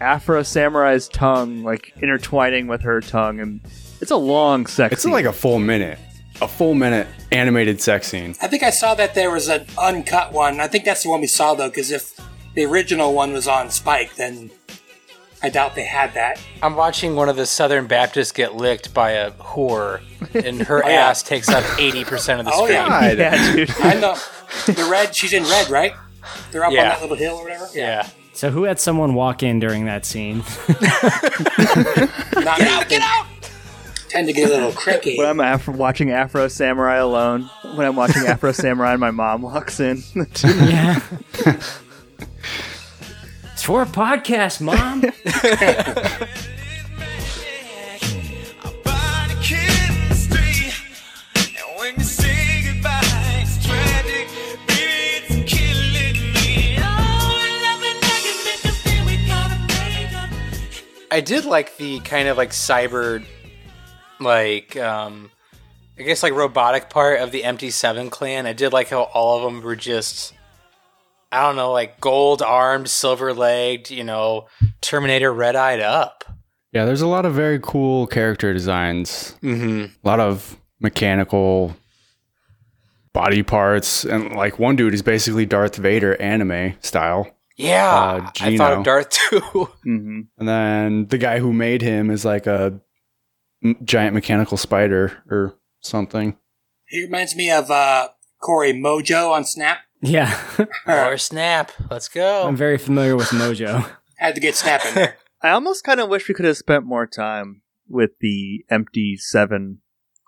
[SPEAKER 4] Afro Samurai's tongue, like intertwining with her tongue, and it's a long sex
[SPEAKER 5] It's
[SPEAKER 4] scene.
[SPEAKER 5] like a full minute, a full minute animated sex scene.
[SPEAKER 6] I think I saw that there was an uncut one. I think that's the one we saw though, because if the original one was on Spike, then I doubt they had that.
[SPEAKER 2] I'm watching one of the Southern Baptists get licked by a whore, and her
[SPEAKER 6] yeah.
[SPEAKER 2] ass takes up 80% of the
[SPEAKER 6] Oh,
[SPEAKER 2] screen.
[SPEAKER 6] yeah.
[SPEAKER 5] God.
[SPEAKER 4] yeah, dude.
[SPEAKER 6] I know the red. She's in red, right? They're up on
[SPEAKER 2] Yeah.
[SPEAKER 6] that little hill or whatever.
[SPEAKER 2] Yeah.
[SPEAKER 3] So who had someone walk in during that scene?
[SPEAKER 6] Not get out! Get out! Tend to get a little cricky.
[SPEAKER 4] When I'm af- watching Afro Samurai alone, when I'm watching Afro Samurai, and my mom walks in.
[SPEAKER 3] yeah. it's for a podcast, mom.
[SPEAKER 2] I did like the kind of like cyber, like, um, I guess like robotic part of the Empty Seven clan. I did like how all of them were just, I don't know, like gold armed, silver legged, you know, Terminator red eyed up.
[SPEAKER 5] Yeah, there's a lot of very cool character designs.
[SPEAKER 2] Mm-hmm.
[SPEAKER 5] A lot of mechanical body parts, and like one dude is basically Darth Vader anime style.
[SPEAKER 2] Yeah.
[SPEAKER 5] Uh,
[SPEAKER 2] I thought
[SPEAKER 5] Gino.
[SPEAKER 2] of Darth too.
[SPEAKER 4] hmm
[SPEAKER 5] And then the guy who made him is like a m- giant mechanical spider or something.
[SPEAKER 6] He reminds me of uh, Corey Mojo on Snap.
[SPEAKER 3] yeah.
[SPEAKER 2] or Snap. Let's go.
[SPEAKER 3] I'm very familiar with Mojo.
[SPEAKER 6] Had to get Snap in there.
[SPEAKER 4] I almost kind of wish we could have spent more time with the Empty Seven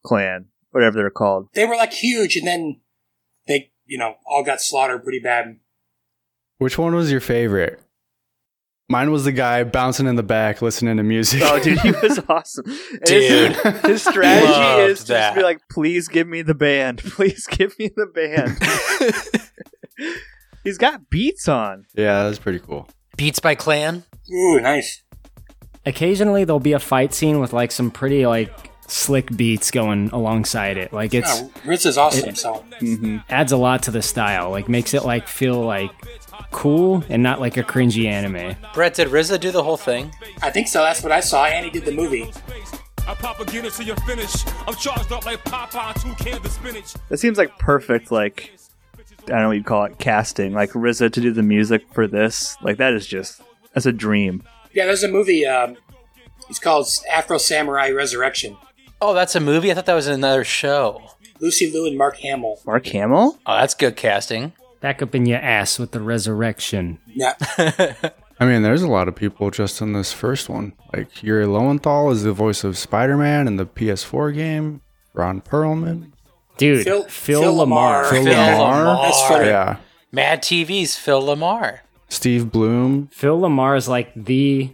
[SPEAKER 4] clan, whatever they're called.
[SPEAKER 6] they were like huge, and then they, you know, all got slaughtered pretty bad.
[SPEAKER 5] Which one was your favorite? Mine was the guy bouncing in the back listening to music.
[SPEAKER 4] Oh, dude, he was awesome. And his- his strategy
[SPEAKER 2] Loved
[SPEAKER 4] is to just be
[SPEAKER 2] that.
[SPEAKER 4] like, "Please give me the band. Please give me the band." He's got beats on.
[SPEAKER 5] yeah, that was pretty cool.
[SPEAKER 2] Beats by Clan.
[SPEAKER 6] Ooh, nice.
[SPEAKER 3] Occasionally, there'll be a fight scene with like some pretty like slick beats going alongside it. Like it's
[SPEAKER 6] Yeah, Ritz is awesome. so
[SPEAKER 3] adds a lot to the style. Like makes it like feel like cool and not like a cringy anime.
[SPEAKER 2] Brett, did RZA do the whole thing?
[SPEAKER 6] I think so. That's what I saw. And he did the movie.
[SPEAKER 11] I pop a Guinness to your finish. I'm charged up like Popeye, two cans of spinach.
[SPEAKER 4] That seems like perfect. Like I don't know what you'd call it, casting. Like RZA to do the music for this. Like that is just that's a dream.
[SPEAKER 6] Yeah, there's a movie. Um, it's called Afro Samurai Resurrection.
[SPEAKER 2] Oh, that's a movie? I thought that was another show.
[SPEAKER 6] Lucy Liu and Mark Hamill.
[SPEAKER 4] Mark Hamill.
[SPEAKER 2] Oh, that's good casting.
[SPEAKER 3] Back up in your ass with the resurrection.
[SPEAKER 6] Yeah,
[SPEAKER 5] I mean, there's a lot of people just in this first one. Like Yuri Lowenthal is the voice of Spider-Man in the PS4 game. Ron Perlman.
[SPEAKER 3] Dude,
[SPEAKER 6] Phil-
[SPEAKER 3] Phil,
[SPEAKER 6] Phil
[SPEAKER 3] Lamar.
[SPEAKER 6] Lamar.
[SPEAKER 5] Phil
[SPEAKER 2] Phil
[SPEAKER 5] Lamar.
[SPEAKER 2] Lamar.
[SPEAKER 6] that's funny.
[SPEAKER 5] Yeah.
[SPEAKER 2] Mad TV's Phil Lamar.
[SPEAKER 5] Steve Bloom,
[SPEAKER 3] Phil Lamar is like the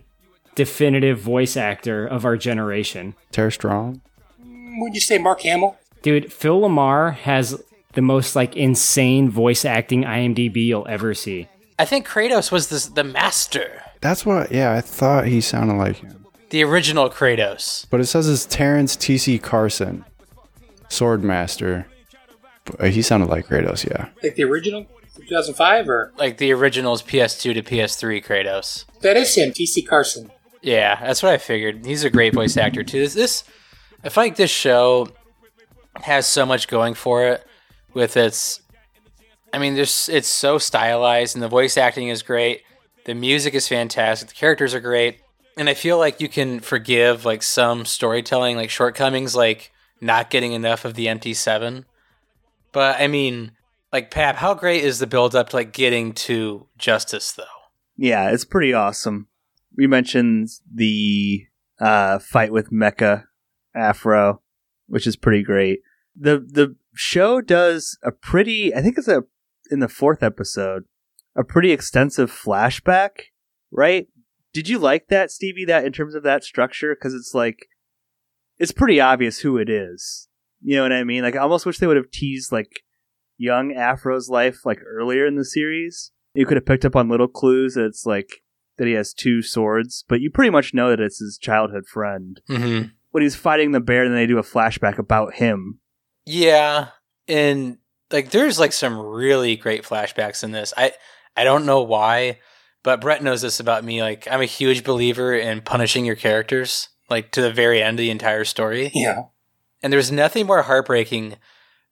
[SPEAKER 3] definitive voice actor of our generation.
[SPEAKER 5] Tara Strong.
[SPEAKER 6] Would you say Mark Hamill?
[SPEAKER 3] Dude, Phil Lamar has the most like insane voice acting IMDb you'll ever see.
[SPEAKER 2] I think Kratos was the, the master,
[SPEAKER 5] That's what. Yeah, I thought he sounded like him.
[SPEAKER 2] the original Kratos.
[SPEAKER 5] But it says it's Terrence T.C. Carson, Swordmaster. But, uh, He sounded like Kratos. Yeah.
[SPEAKER 6] Like the original, 2005, or
[SPEAKER 2] Like the original's PS2 to PS3 Kratos.
[SPEAKER 6] that is him, T.C. Carson.
[SPEAKER 2] Yeah, that's what I figured. He's a great voice actor too. This, this I feel like this show has so much going for it with its I mean, there's it's so stylized and the voice acting is great. The music is fantastic. The characters are great. And I feel like you can forgive like some storytelling like shortcomings like not getting enough of the MT7. But I mean, like Pap, how great is the build up to like getting to justice though?
[SPEAKER 4] Yeah, it's pretty awesome. We mentioned the uh, fight with Mecha Afro, which is pretty great. The the show does a pretty I think it's a in the fourth episode, a pretty extensive flashback, right? Did you like that, Stevie, that in terms of that structure? Because it's like it's pretty obvious who it is. You know what I mean? Like I almost wish they would have teased like young Afro's life like earlier in the series. You could have picked up on little clues that it's like that he has two swords, but you pretty much know that it's his childhood friend.
[SPEAKER 2] Mm-hmm.
[SPEAKER 4] When he's fighting the bear, then they do a flashback about him.
[SPEAKER 2] Yeah, and like there's like some really great flashbacks in this. I I don't know why, but Brett knows this about me. Like I'm a huge believer in punishing your characters like to the very end of the entire story.
[SPEAKER 6] Yeah.
[SPEAKER 2] And there's nothing more heartbreaking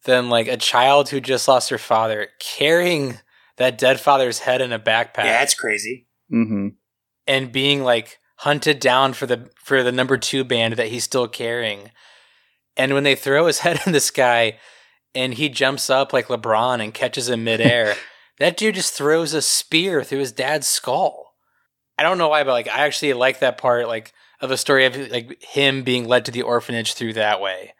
[SPEAKER 2] than like a child who just lost their father carrying that dead father's head in a backpack.
[SPEAKER 6] Yeah, that's crazy.
[SPEAKER 4] Mm-hmm.
[SPEAKER 2] and being like hunted down for the for the number two band that he's still carrying. And when they throw his head in the sky and he jumps up like LeBron and catches him midair, that dude just throws a spear through his dad's skull. I don't know why, but like I actually like that part like of a story of like him being led to the orphanage through that way.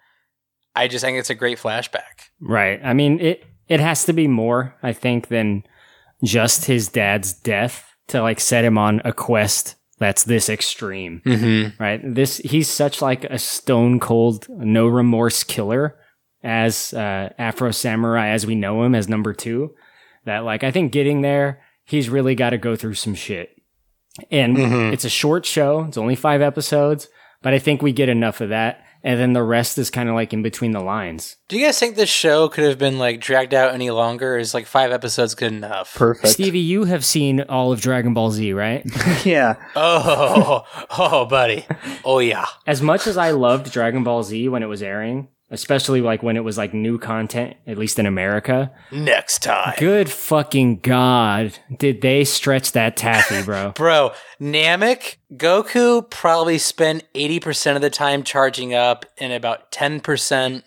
[SPEAKER 2] I just think it's a great flashback.
[SPEAKER 3] Right. I mean, it it has to be more, I think, than just his dad's death to like set him on a quest that's this extreme.
[SPEAKER 2] Mm-hmm.
[SPEAKER 3] Right? This he's such like a stone cold, no remorse killer as uh, Afro Samurai as we know him as number 2 that like I think getting there, he's really got to go through some shit. And
[SPEAKER 2] Mhm.
[SPEAKER 3] it's a short show. It's only five episodes, but I think we get enough of that. And then the rest is kind of like in between the lines.
[SPEAKER 2] Do you guys think this show could have been like dragged out any longer? Is like five episodes good enough?
[SPEAKER 4] Perfect.
[SPEAKER 3] Stevie, you have seen all of Dragon Ball Z, right?
[SPEAKER 4] yeah.
[SPEAKER 2] oh, oh, buddy. Oh yeah.
[SPEAKER 3] as much as I loved Dragon Ball Z when it was airing, especially like when it was like new content, at least in America.
[SPEAKER 2] Next time.
[SPEAKER 3] Good fucking god, did they stretch that taffy, bro?
[SPEAKER 2] Bro, Namek, Goku probably spent 80% of the time charging up and about 10%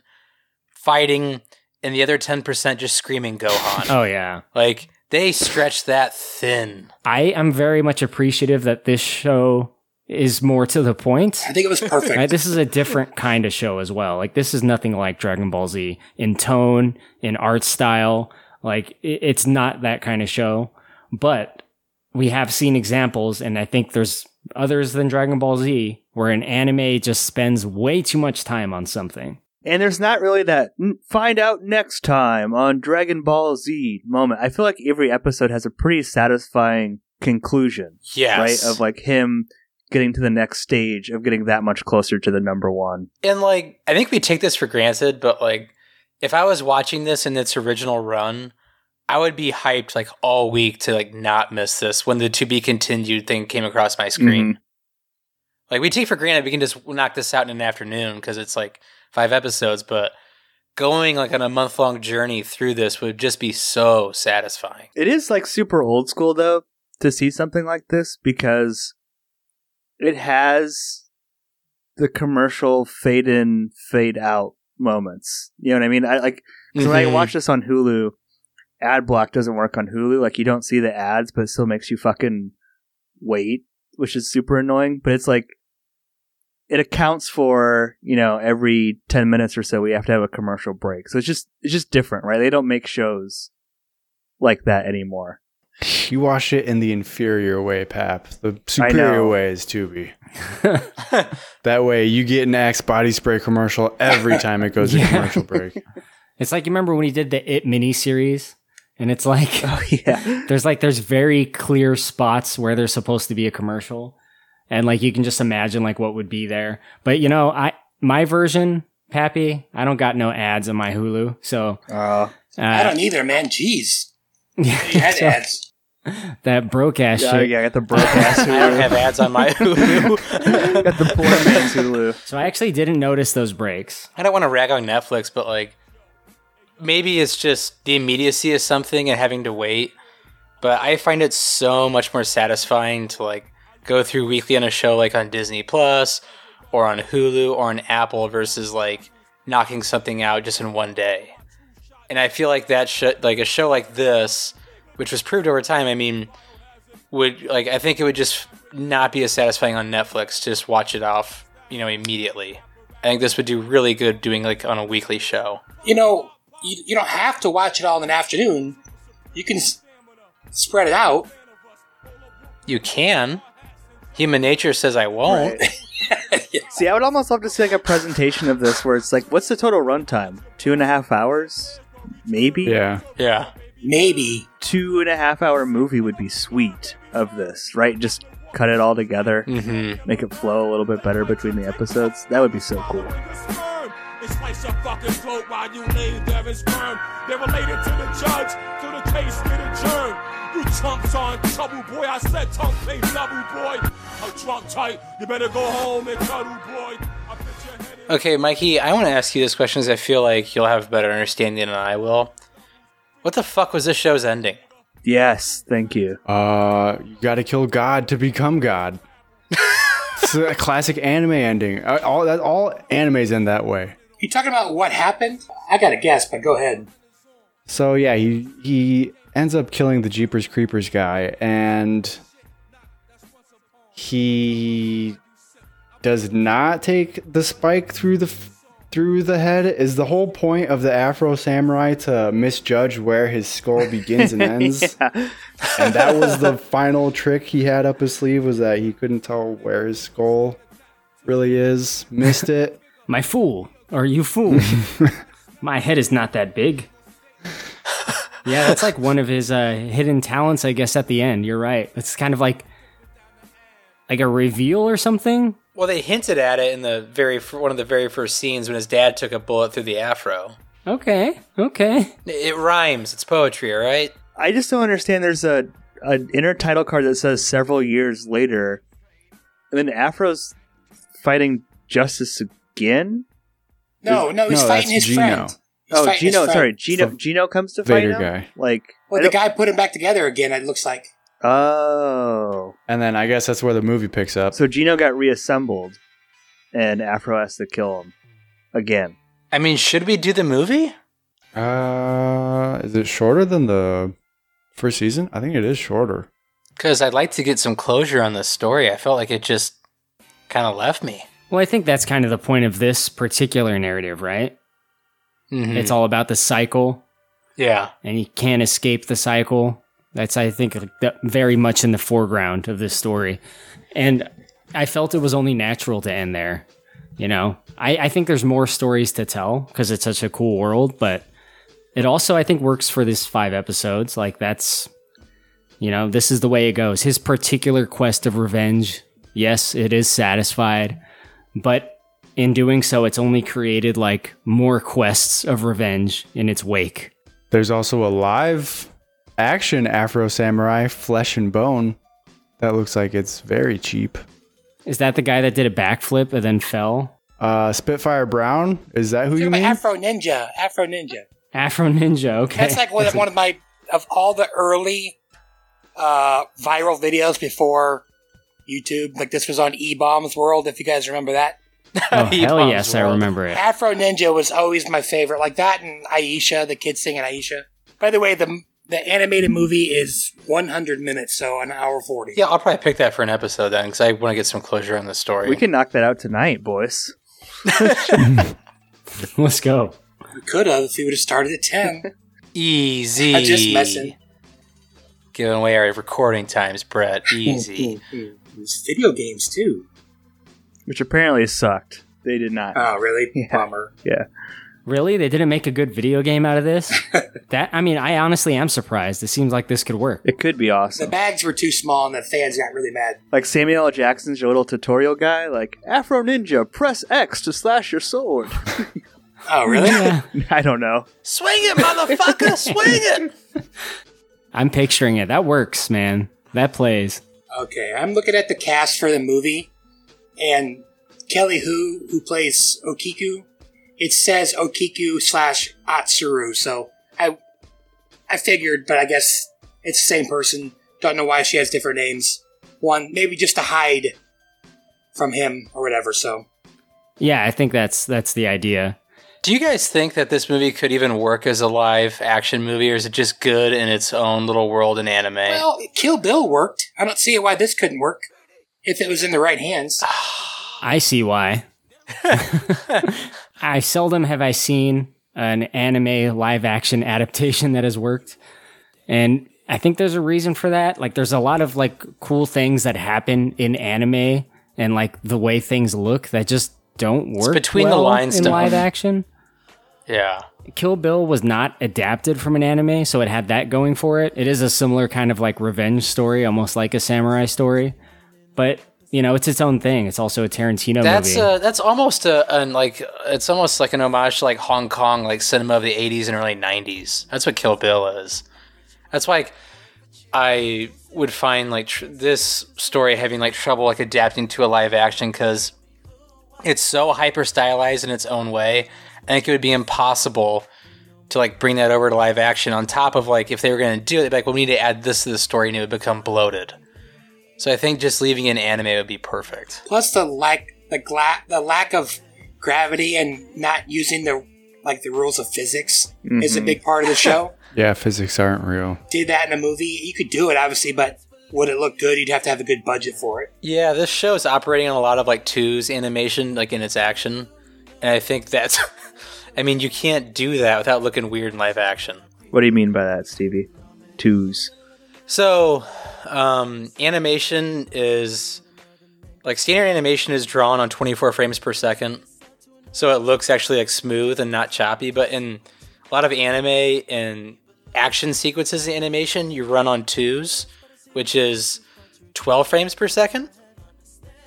[SPEAKER 2] fighting and the other 10% just screaming Gohan.
[SPEAKER 3] oh yeah.
[SPEAKER 2] like, they stretched that thin.
[SPEAKER 3] I am very much appreciative that this show is more to the point.
[SPEAKER 6] I think it was perfect.
[SPEAKER 3] Right, this is a different kind of show as well. Like this is nothing like Dragon Ball Z in tone, in art style. Like i- it's not that kind of show, but we have seen examples, and I think there's others than Dragon Ball Z where an anime just spends way too much time on something.
[SPEAKER 4] And there's not really that "Mm, find out next time on Dragon Ball Z moment. I feel like every episode has a pretty satisfying conclusion,
[SPEAKER 2] Yes.
[SPEAKER 4] right? Of like him getting to the next stage of getting that much closer to the number one.
[SPEAKER 2] and like, I think we take this for granted, but like, if I was watching this in its original run, I would be hyped like all week to like not miss this when the to be continued thing came across my screen. Like we take for granted we can just knock this out in an afternoon because it's like five episodes, but going like on a month long journey through this would just be so satisfying.
[SPEAKER 4] It is like super old school though to see something like this because it has the commercial fade in, fade out moments. You know what I mean? I like 'cause when I
[SPEAKER 2] Mhm.
[SPEAKER 4] watch this on Hulu, ad block doesn't work on Hulu. Like you don't see the ads, but it still makes you fucking wait, which is super annoying. But it's like it accounts for you know every ten minutes or so we have to have a commercial break. So it's just it's just different, right? They don't make shows like that anymore.
[SPEAKER 5] You wash it in the inferior way, Pap. The
[SPEAKER 4] I
[SPEAKER 5] superior
[SPEAKER 4] know.
[SPEAKER 5] way is Tubi. That way, you get an Axe body spray commercial every time it goes to
[SPEAKER 3] Yeah.
[SPEAKER 5] commercial break.
[SPEAKER 3] It's like you remember when he did the It miniseries, and it's like
[SPEAKER 4] Oh yeah,
[SPEAKER 3] there's like there's very clear spots where there's supposed to be a commercial and like you can just imagine like what would be there but you know i my version pappy i don't got no ads on my hulu so
[SPEAKER 4] uh,
[SPEAKER 3] uh,
[SPEAKER 6] I don't either, man. Jeez. They had
[SPEAKER 3] so
[SPEAKER 6] ads.
[SPEAKER 3] that broke ass
[SPEAKER 4] yeah,
[SPEAKER 3] shit
[SPEAKER 4] yeah. I got the broadcast
[SPEAKER 2] I don't
[SPEAKER 4] Hulu,
[SPEAKER 2] have ads on my Hulu.
[SPEAKER 4] got the poor man's Hulu.
[SPEAKER 3] so i actually didn't notice those breaks
[SPEAKER 2] I don't want to rag on Netflix, but like maybe it's just the immediacy of something and having to wait. But I find it so much more satisfying to like go through weekly on a show like on Disney Plus or on Hulu or on Apple versus like knocking something out just in one day. And I feel like that sh- like a show like this, which was proved over time, I mean, would like I think it would just not be as satisfying on Netflix to just watch it off, you know, immediately. I think this would do really good doing like on a weekly show.
[SPEAKER 6] You know, you, you don't have to watch it all in an afternoon. You can s- spread it out.
[SPEAKER 2] You can. Human nature says I won't.
[SPEAKER 4] See, I would almost love to see like a presentation of this where it's like, what's the total runtime? Two and a half hours, maybe.
[SPEAKER 5] Yeah.
[SPEAKER 2] Yeah.
[SPEAKER 6] Maybe.
[SPEAKER 4] Two and a half hour movie would be sweet of this, right? Just cut it all together,
[SPEAKER 2] Mm-hmm.
[SPEAKER 4] make it flow a little bit better between the episodes. That would be so cool.
[SPEAKER 11] And slice your fucking throat while you lay there and squirm. They're related to the judge, so the case get adjourned. You chumps are in trouble, boy. I said chump ain't double, boy. I'm drunk tight. You better go home and cuddle, boy. I bet your head in-
[SPEAKER 2] Okay, Mikey, I want to ask you this question because I feel like you'll have a better understanding than I will. What the fuck was this show's ending?
[SPEAKER 4] Yes, thank you.
[SPEAKER 5] Uh, you got to kill God to become God. it's a classic anime ending. Uh, All that all animes end that way.
[SPEAKER 6] You talking about what happened? I got a guess, but go ahead.
[SPEAKER 5] So yeah, he he ends up killing the Jeepers Creepers guy, and he does not take the spike through the f- through the head. Is the whole point of the Afro Samurai to misjudge where his skull begins and ends? and that was the final trick he had up his sleeve was that he couldn't tell where his skull really is. Missed it.
[SPEAKER 3] My fool, or you fool. My head is not that big. Yeah, that's like one of his uh, hidden talents, I guess. At the end, you're right. It's kind of like like a reveal or something.
[SPEAKER 2] Well, they hinted at it in the very fir- one of the very first scenes when his dad took a bullet through the afro.
[SPEAKER 3] Okay, okay.
[SPEAKER 2] It rhymes. It's poetry, all right?
[SPEAKER 4] I just don't understand. There's a an inner title card that says several years later, and then Afro's fighting Justice again.
[SPEAKER 6] No, no, he's
[SPEAKER 5] no,
[SPEAKER 6] fighting
[SPEAKER 5] that's
[SPEAKER 6] his
[SPEAKER 5] Gino.
[SPEAKER 6] friend. He's
[SPEAKER 4] oh,
[SPEAKER 6] fighting his
[SPEAKER 4] Gino,
[SPEAKER 6] friend.
[SPEAKER 4] sorry, Gino.
[SPEAKER 5] From
[SPEAKER 4] Gino comes to fight
[SPEAKER 5] Vader
[SPEAKER 4] him?
[SPEAKER 5] guy.
[SPEAKER 4] Like,
[SPEAKER 6] Well,
[SPEAKER 4] I
[SPEAKER 6] the
[SPEAKER 4] don't-
[SPEAKER 6] guy put him back together again. It looks like.
[SPEAKER 4] Oh,
[SPEAKER 5] And then I guess that's where the movie picks up.
[SPEAKER 4] so Gino got reassembled, and Afro has to kill him again.
[SPEAKER 2] I mean, should we do the movie?
[SPEAKER 5] Uh, is it shorter than the first season? I think it is shorter.
[SPEAKER 2] Because I'd like to get some closure on this story. I felt like it just kind of left me.
[SPEAKER 3] Well, I think that's kind of the point of this particular narrative, right?
[SPEAKER 2] Mm-hmm.
[SPEAKER 3] It's all about the cycle,
[SPEAKER 2] yeah.
[SPEAKER 3] and you can't escape the cycle. That's, I think, like, the- very much in the foreground of this story. And I felt it was only natural to end there. You know, I, I think there's more stories to tell because it's such a cool world, but it also, I think, works for these five episodes. Like, that's, you know, this is the way it goes. His particular quest of revenge, yes, it is satisfied, but in doing so, it's only created like more quests of revenge in its wake.
[SPEAKER 5] There's also a live action Afro Samurai Flesh and Bone that looks like it's very cheap.
[SPEAKER 3] Is that the guy that did a backflip and then fell?
[SPEAKER 5] Uh, Spitfire Brown, is that who you
[SPEAKER 6] Talking about
[SPEAKER 5] mean?
[SPEAKER 6] Afro Ninja. Afro Ninja.
[SPEAKER 3] Afro Ninja, okay. Oh,
[SPEAKER 6] That's like one of, one of my of all the early uh, viral videos before YouTube. Like this was on E Bombs World, if you guys remember that.
[SPEAKER 3] oh,
[SPEAKER 2] He
[SPEAKER 3] hell
[SPEAKER 2] bombs
[SPEAKER 3] yes,
[SPEAKER 2] the
[SPEAKER 3] I
[SPEAKER 2] world.
[SPEAKER 3] remember it.
[SPEAKER 6] Afro Ninja was always my favorite. Like that and Aisha, the kids singing Aisha. By the way, the the animated movie is 100 minutes, so an hour 40.
[SPEAKER 2] Yeah, I'll probably pick that for an episode then because I want to get some closure on the story.
[SPEAKER 4] We can knock that out tonight, boys.
[SPEAKER 3] Let's go.
[SPEAKER 6] We could have if we would have started at 10.
[SPEAKER 2] Easy.
[SPEAKER 6] I'm just messing.
[SPEAKER 2] Giving away our recording times, Brett. Easy.
[SPEAKER 6] Mm, These video games too.
[SPEAKER 4] Which apparently sucked. They did not.
[SPEAKER 2] Uh.
[SPEAKER 6] Oh, really? Bummer.
[SPEAKER 4] yeah.
[SPEAKER 3] Really? They didn't make a good video game out of this? that I mean, I honestly am surprised. It seems like this could work.
[SPEAKER 4] It could be
[SPEAKER 6] The
[SPEAKER 4] awesome.
[SPEAKER 6] bags were too small, and the fans got really mad.
[SPEAKER 4] Like Samuel L. Jackson's your little tutorial guy, like Afro Ninja, press X to slash your sword.
[SPEAKER 6] Oh, really?
[SPEAKER 3] Yeah.
[SPEAKER 4] I don't know.
[SPEAKER 2] swing it, motherfucker! swing it!
[SPEAKER 3] I'm picturing it. That works, man. That plays.
[SPEAKER 6] Okay, I'm looking at the cast for the movie, and Kelly Hu, who plays Okiku, it says Okiku slash Atsuru, so I I figured, but I guess It's the same person. Don't know why she has different names. One, maybe just to hide from him or whatever, so.
[SPEAKER 3] Yeah, I think that's that's the idea.
[SPEAKER 2] Do you guys think that this movie could even work as a live action movie, or is it just good in its own little world in anime?
[SPEAKER 6] Well, Kill Bill worked. I don't see why this couldn't work if it was in the right hands.
[SPEAKER 3] I see why. I seldom have I seen an anime live action adaptation that has worked. And I think there's a reason for that. Like there's a lot of like cool things that happen in anime and like the way things look that just don't work
[SPEAKER 2] between the
[SPEAKER 3] well
[SPEAKER 2] lines
[SPEAKER 3] in
[SPEAKER 2] stuff.
[SPEAKER 3] live action.
[SPEAKER 2] yeah.
[SPEAKER 3] Kill Bill was not adapted from an anime, so it had that going for it. It is a similar kind of like revenge story, almost like a samurai story, but you know, it's its own thing. It's also a Tarantino
[SPEAKER 2] That's
[SPEAKER 3] movie.
[SPEAKER 2] uh, that's almost a an, like it's almost like an homage to like Hong Kong like cinema of the '80s and early '90s. That's what Kill Bill is. That's why like, I would find like tr- this story having like trouble like adapting to a live action because it's so hyper stylized in its own way. I think it would be impossible to like bring that over to live action. On top of like if they were going to do it, they'd be like, well, we need to add this to the story, and it would become bloated. So I think just leaving it in anime would be perfect.
[SPEAKER 6] Plus the lack the gla- the lack of gravity and not using the like the rules of physics is a
[SPEAKER 5] Mhm.
[SPEAKER 6] big part of the show.
[SPEAKER 5] Yeah, physics aren't real.
[SPEAKER 6] Did that in a movie, you could do it obviously, but would it look good? You'd have to have a good budget for it.
[SPEAKER 2] Yeah, this show is operating on a lot of like twos animation, like in its action, and I think that's. I mean, you can't do that without looking weird in live action.
[SPEAKER 4] What do you mean by that, Stevie? Twos.
[SPEAKER 2] So, um, animation is like standard animation is drawn on 24 frames per second, so it looks actually like smooth and not choppy. But in a lot of anime and action sequences, in animation you run on twos, which is 12 frames per second,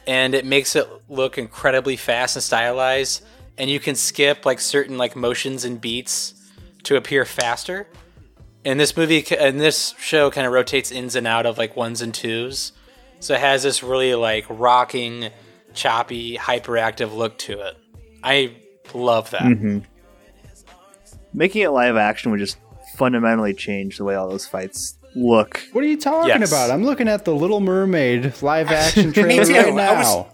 [SPEAKER 2] and it makes it look incredibly fast and stylized. And you can skip like certain like motions and beats to appear faster and this movie ki- and this show kind of rotates ins and out of like ones and twos so it has this really like rocking choppy hyperactive look to it i love that
[SPEAKER 4] Making it live action would just fundamentally change the way all those fights look.
[SPEAKER 5] What are you talking
[SPEAKER 4] Yes.
[SPEAKER 5] about? I'm looking at the Little Mermaid live action
[SPEAKER 6] Me
[SPEAKER 5] trailer
[SPEAKER 6] too.
[SPEAKER 5] right
[SPEAKER 6] I was-
[SPEAKER 5] now.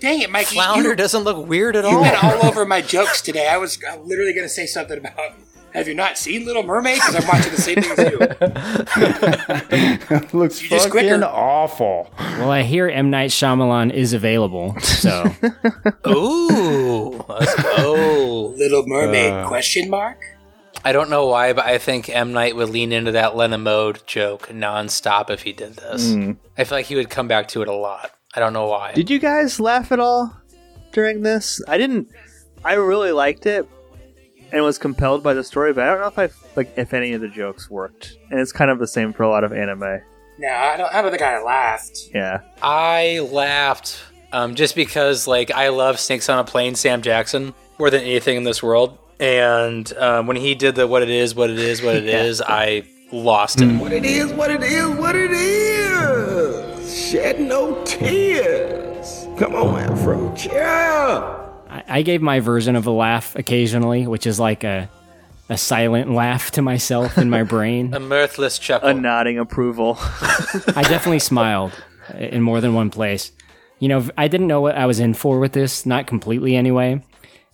[SPEAKER 6] Dang it, Mike!
[SPEAKER 2] flounder
[SPEAKER 6] You,
[SPEAKER 2] doesn't look weird at
[SPEAKER 6] you
[SPEAKER 2] all
[SPEAKER 6] went all over my jokes today. I was uh, literally going to say something about. Have you not seen Little Mermaid? Because I'm watching the same thing as you.
[SPEAKER 5] Looks
[SPEAKER 6] You're just
[SPEAKER 5] fucking
[SPEAKER 6] quicker.
[SPEAKER 5] awful.
[SPEAKER 3] well, I hear M Night Shyamalan is available, so
[SPEAKER 2] ooh let's go
[SPEAKER 6] Little Mermaid?
[SPEAKER 5] Uh.
[SPEAKER 6] question mark.
[SPEAKER 2] i don't know why but i think m knight would lean into that lena mode joke nonstop if he did this i feel like he would come back to it a lot i don't know why
[SPEAKER 4] Did you guys laugh at all during this? I didn't. I really liked it and was compelled by the story, but I don't know if I like if any of the jokes worked. And it's kind of the same for a lot of anime.
[SPEAKER 6] No, I don't. I don't think I laughed.
[SPEAKER 4] Yeah.
[SPEAKER 2] I laughed um, just because, like, I love Snakes on a Plane, Sam Jackson, more than anything in this world. And um, when he did the what it is, what it is, what it is, I lost it.
[SPEAKER 9] What it is, what it is, what it is. Shed no tears. Come on, Afro. Yeah.
[SPEAKER 3] I, I gave my version of a laugh occasionally, which is like a a silent laugh to myself in my brain.
[SPEAKER 2] A mirthless chuckle.
[SPEAKER 4] A nodding approval.
[SPEAKER 3] I definitely smiled in more than one place. You know, I didn't know what I was in for with this, not completely anyway.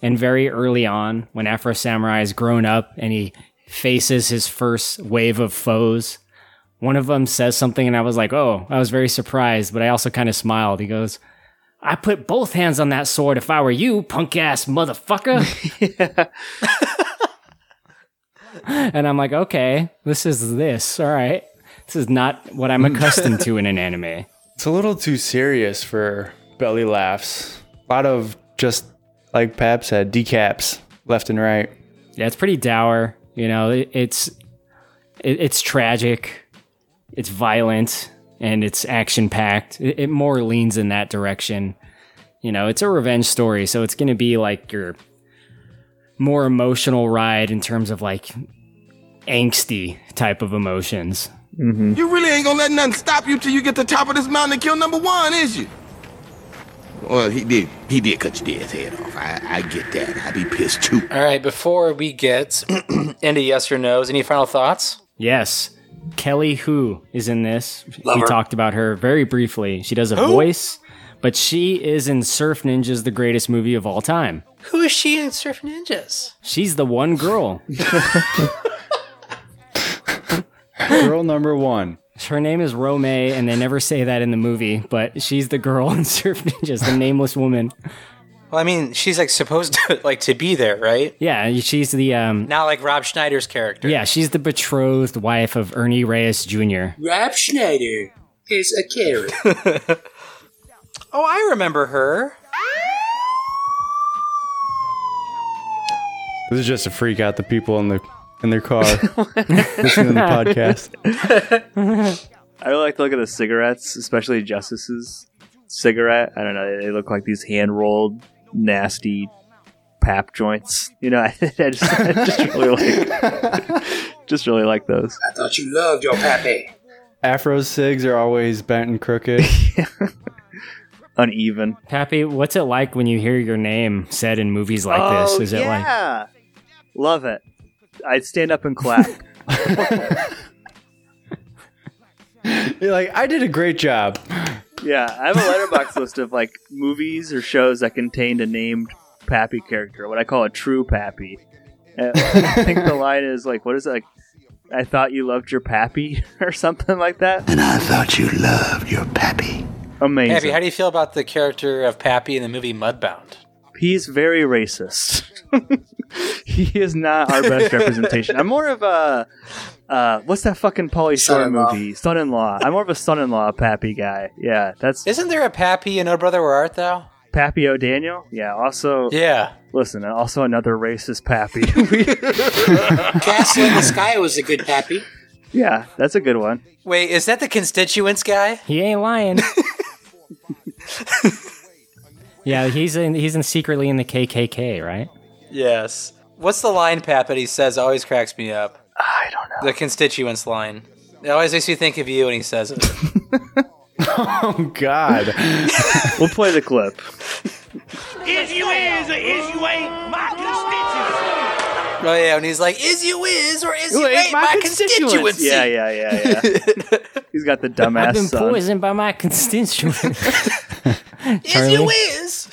[SPEAKER 3] And very early on, when Afro Samurai is grown up and he faces his first wave of foes, one of them says something, and I was like, oh, I was very surprised, but I also kind of smiled. He goes, I put both hands on that sword if I were you, punk ass motherfucker. and I'm like, okay, this is this. All right. This is not what I'm accustomed to in an anime.
[SPEAKER 5] It's a little too serious for belly laughs. A lot of just like Pap said, decaps left and right.
[SPEAKER 3] Yeah, it's pretty dour. You know, it, it's it, it's tragic, it's violent, and it's action packed. It, it more leans in that direction. You know, it's a revenge story, so it's going to be like your more emotional ride in terms of like angsty type of emotions.
[SPEAKER 9] You really ain't gonna let nothing stop you till you get to the top of this mountain and kill number one, is you? Well, he did. He did cut your dad's head off. I, I get that. I'd be pissed too.
[SPEAKER 2] All right, before we get into yes or no's, any final thoughts?
[SPEAKER 3] Yes. Kelly Who is in this.
[SPEAKER 6] Love
[SPEAKER 3] we
[SPEAKER 6] her.
[SPEAKER 3] talked about her very briefly. She does a
[SPEAKER 2] Who?
[SPEAKER 3] voice, but she is in Surf Ninjas, the greatest movie of all time.
[SPEAKER 2] Who is she in Surf Ninjas?
[SPEAKER 3] She's the one girl.
[SPEAKER 5] Girl number one.
[SPEAKER 3] Her name is Rome, and they never say that in the movie, but she's the girl in Surf Ninjas, the nameless woman.
[SPEAKER 2] Well, I mean, she's like supposed to like to be there, right?
[SPEAKER 3] Yeah, she's the um,
[SPEAKER 2] Not like Rob Schneider's character.
[SPEAKER 3] yeah, she's the betrothed wife of Ernie Reyes Jr.
[SPEAKER 6] Rob Schneider is a carrot.
[SPEAKER 2] Oh, I remember her.
[SPEAKER 5] This is just to freak out the people in the in their car listening to the podcast.
[SPEAKER 4] I really like to look at the cigarettes, especially Justice's cigarette. I don't know. They look like these hand rolled, nasty pap joints. You know, I, just, I just really like, just really like those.
[SPEAKER 6] I thought you loved your pappy.
[SPEAKER 5] Afro cigs are always bent and crooked.
[SPEAKER 4] Uneven.
[SPEAKER 3] Pappy, what's it like when you hear your name said in movies like
[SPEAKER 4] Oh,
[SPEAKER 3] this? Is it like
[SPEAKER 4] yeah. Love it. I'd stand up and clap.
[SPEAKER 5] You're like, I did a great job.
[SPEAKER 4] yeah, I have a letterbox list of like movies or shows that contained a named Pappy character, what I call a true Pappy. Uh, I think the line is like, what is it? Like, I thought you loved your Pappy or something like that.
[SPEAKER 1] And I thought you loved your pappy.
[SPEAKER 4] Amazing.
[SPEAKER 2] Pappy, how do you feel about the character of Pappy in the movie Mudbound?
[SPEAKER 4] He's very racist. he is not our best representation. I'm more of a uh, what's that fucking Pauly Shore
[SPEAKER 6] Son-in-law.
[SPEAKER 4] movie? Son-in-law. I'm more of a son-in-law Pappy guy. Yeah, that's
[SPEAKER 2] Isn't there a Pappy in Oh Brother Where Art Thou?
[SPEAKER 4] Pappy O'Daniel. Yeah. Also,
[SPEAKER 2] Yeah.
[SPEAKER 4] listen. Also, another racist Pappy.
[SPEAKER 6] Castle in the Sky was a good pappy.
[SPEAKER 4] yeah, that's a good one.
[SPEAKER 2] Wait, is that the constituents guy?
[SPEAKER 3] he ain't lying? yeah, he's in he's in secretly in the KKK, right?
[SPEAKER 2] Yes. What's the line, Pap, that he says always cracks me up?
[SPEAKER 4] I don't know.
[SPEAKER 2] The constituents line. It always makes me think of you when he says it.
[SPEAKER 5] Oh God.
[SPEAKER 4] We'll play the clip.
[SPEAKER 11] Issue is or issue ain't my constituents.
[SPEAKER 2] oh, yeah, when he's like, is you is or is you
[SPEAKER 4] Wait,
[SPEAKER 2] ain't my, constituency.
[SPEAKER 4] Yeah, yeah, yeah, yeah. He's got the dumbass
[SPEAKER 3] I've been
[SPEAKER 4] son.
[SPEAKER 3] poisoned by my constituents.
[SPEAKER 2] Is you is.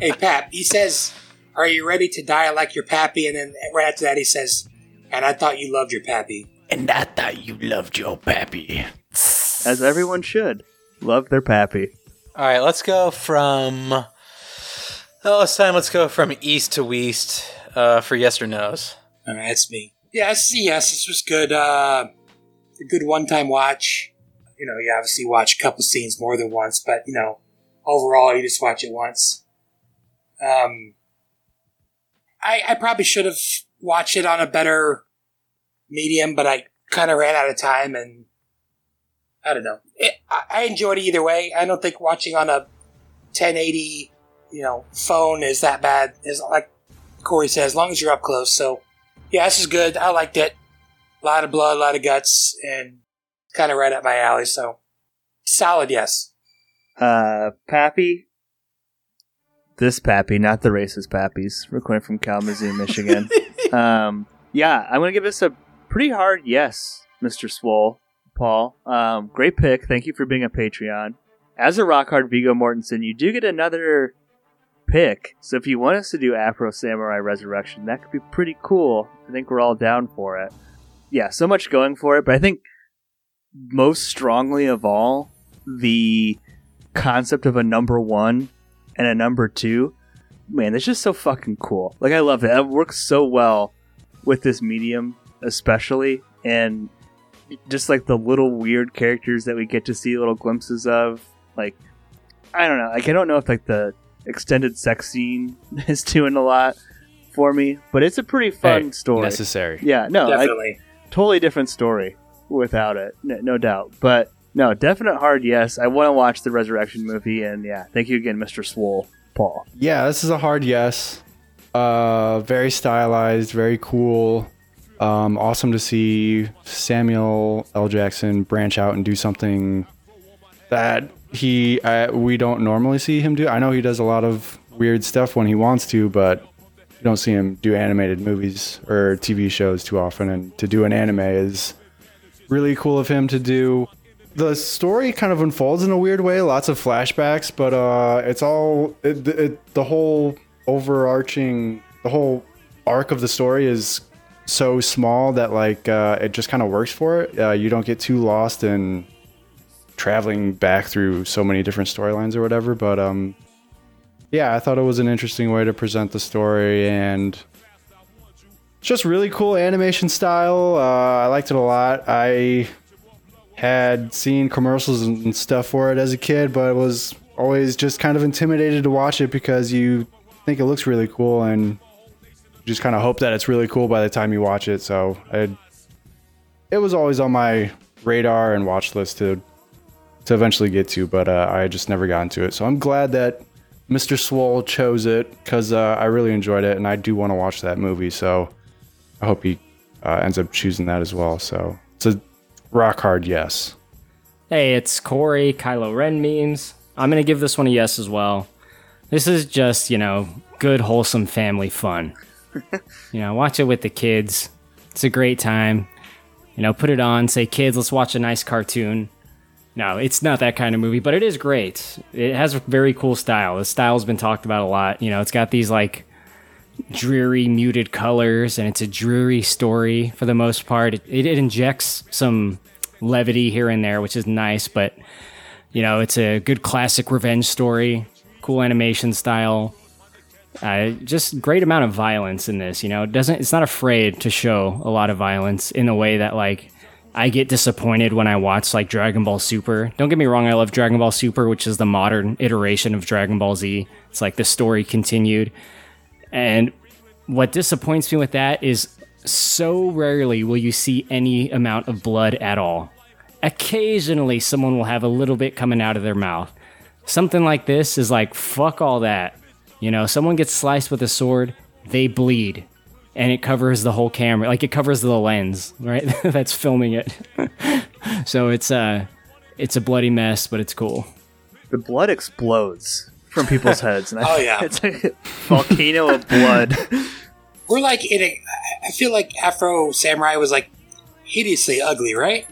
[SPEAKER 6] Hey, Pap, he says, Are you ready to die like your pappy? And then right after that, he says, And I thought you loved your pappy.
[SPEAKER 1] And I thought you loved your pappy.
[SPEAKER 4] As everyone should love their Pappy.
[SPEAKER 2] All right, let's go from. Oh, it's time. Let's go from east to west uh, for yes or no's.
[SPEAKER 6] All right, that's me. Yes, yes, this was good. Uh, a good one-time watch. You know, you obviously watch a couple scenes more than once, but you know, overall, you just watch it once. Um, I I probably should have watched it on a better medium, but I kind of ran out of time, and I don't know. It, I, I enjoyed it either way. I don't think watching on a 1080, you know, phone is that bad. Is like Corey said, as long as you're up close, so. Yeah, this is good. I liked it. A lot of blood, a lot of guts, and kind of right up my alley. So solid, yes.
[SPEAKER 4] Uh, Pappy. This Pappy, not the racist Pappies. We're going from Kalamazoo, Michigan. um, yeah, I'm going to give this a pretty hard yes, Mr. Swole, Paul. Um, great pick. Thank you for being a Patreon. As a rock hard Vigo Mortensen, you do get another pick. So if you want us to do Afro Samurai Resurrection, that could be pretty cool. I think we're all down for it. Yeah, so much going for it, but I think most strongly of all, the concept of a number one and a number two, man, that's just so fucking cool. Like I love it. It works so well with this medium, especially, and just like the little weird characters that we get to see little glimpses of. Like I don't know. Like I don't know if like the extended sex scene is doing a lot for me, but it's a pretty fun
[SPEAKER 5] Hey,
[SPEAKER 4] story.
[SPEAKER 5] Necessary.
[SPEAKER 4] yeah, no, like,
[SPEAKER 6] Definitely.
[SPEAKER 4] totally different story without it, no, no doubt. But no, definite hard yes. I want to watch the Resurrection movie, and yeah, thank you again, Mr. Swole, Paul.
[SPEAKER 5] Yeah, this is a hard yes. Uh, very stylized, very cool. Um, awesome to see Samuel L. Jackson branch out and do something that he I, we don't normally see him do. I know he does a lot of weird stuff when he wants to, but you don't see him do animated movies or TV shows too often. And to do an anime is really cool of him to do. The story kind of unfolds in a weird way, lots of flashbacks, but uh, it's all it, it, the whole overarching, the whole arc of the story is so small that like uh, it just kind of works for it. Uh, you don't get too lost in traveling back through so many different storylines or whatever. But um, yeah, I thought it was an interesting way to present the story and it's just really cool animation style. Uh, I liked it a lot. I had seen commercials and stuff for it as a kid, but was always just kind of intimidated to watch it because you think it looks really cool and just kind of hope that it's really cool by the time you watch it. So I, it was always on my radar and watch list to to eventually get to, but uh, I just never got into it. So I'm glad that Mr. Swole chose it because uh, I really enjoyed it and I do want to watch that movie. So I hope he uh, ends up choosing that as well. So it's a rock hard yes.
[SPEAKER 3] Hey, it's Corey, Kylo Ren memes. I'm going to give this one a yes as well. This is just, you know, good, wholesome family fun. you know, watch it with the kids. It's a great time. You know, put it on, say, kids, let's watch a nice cartoon. No, it's not that kind of movie, but it is great. It has a very cool style. The style's been talked about a lot. You know, it's got these like dreary, muted colors, and it's a dreary story for the most part. It, it injects some levity here and there, which is nice, but you know, it's a good classic revenge story, cool animation style. Uh, just great amount of violence in this, you know. It doesn't it's not afraid to show a lot of violence in a way that like I get disappointed when I watch like Dragon Ball Super. Don't get me wrong, I love Dragon Ball Super, which is the modern iteration of Dragon Ball Z. It's like the story continued. And what disappoints me with that is so rarely will you see any amount of blood at all. Occasionally, someone will have a little bit coming out of their mouth. Something like this is like, fuck all that. You know, someone gets sliced with a sword, they bleed and it covers the whole camera like it covers the lens right that's filming it so it's uh it's a bloody mess but it's cool
[SPEAKER 4] the blood explodes from people's heads and I,
[SPEAKER 6] Oh, yeah.
[SPEAKER 4] it's a volcano of blood
[SPEAKER 6] We're like in a. I feel like Afro Samurai was like hideously ugly, right?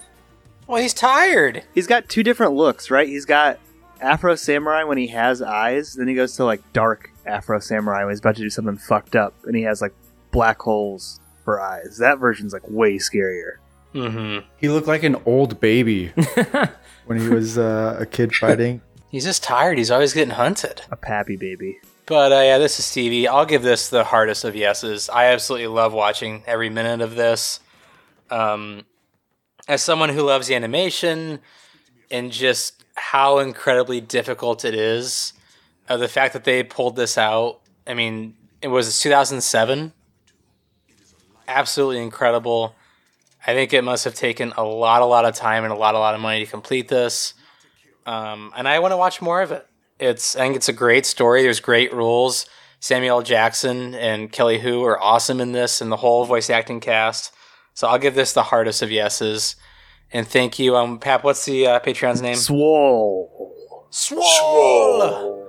[SPEAKER 2] Well, he's tired.
[SPEAKER 4] he's got two different looks right he's got afro samurai when he has eyes then he goes to like dark afro samurai when he's about to do something fucked up and he has like black holes for eyes that version's like way scarier
[SPEAKER 2] Mm-hmm.
[SPEAKER 5] He looked like an old baby when he was uh, a kid fighting.
[SPEAKER 2] He's just tired. He's always getting hunted.
[SPEAKER 4] a pappy baby
[SPEAKER 2] But uh, yeah, this is Stevie. I'll give this the hardest of yeses. I absolutely love watching every minute of this. Um, as someone who loves animation and just how incredibly difficult it is, uh, the fact that they pulled this out, I mean, it was 2007. Absolutely incredible. I think it must have taken a lot, a lot of time and a lot, a lot of money to complete this. Um, and I want to watch more of it. It's I think it's a great story. There's great rules. Samuel L. Jackson and Kelly Hu are awesome in this, and the whole voice acting cast. So I'll give this the hardest of yeses. And thank you, um, Pap. What's the uh, Patreon's name?
[SPEAKER 4] swole
[SPEAKER 2] Swole.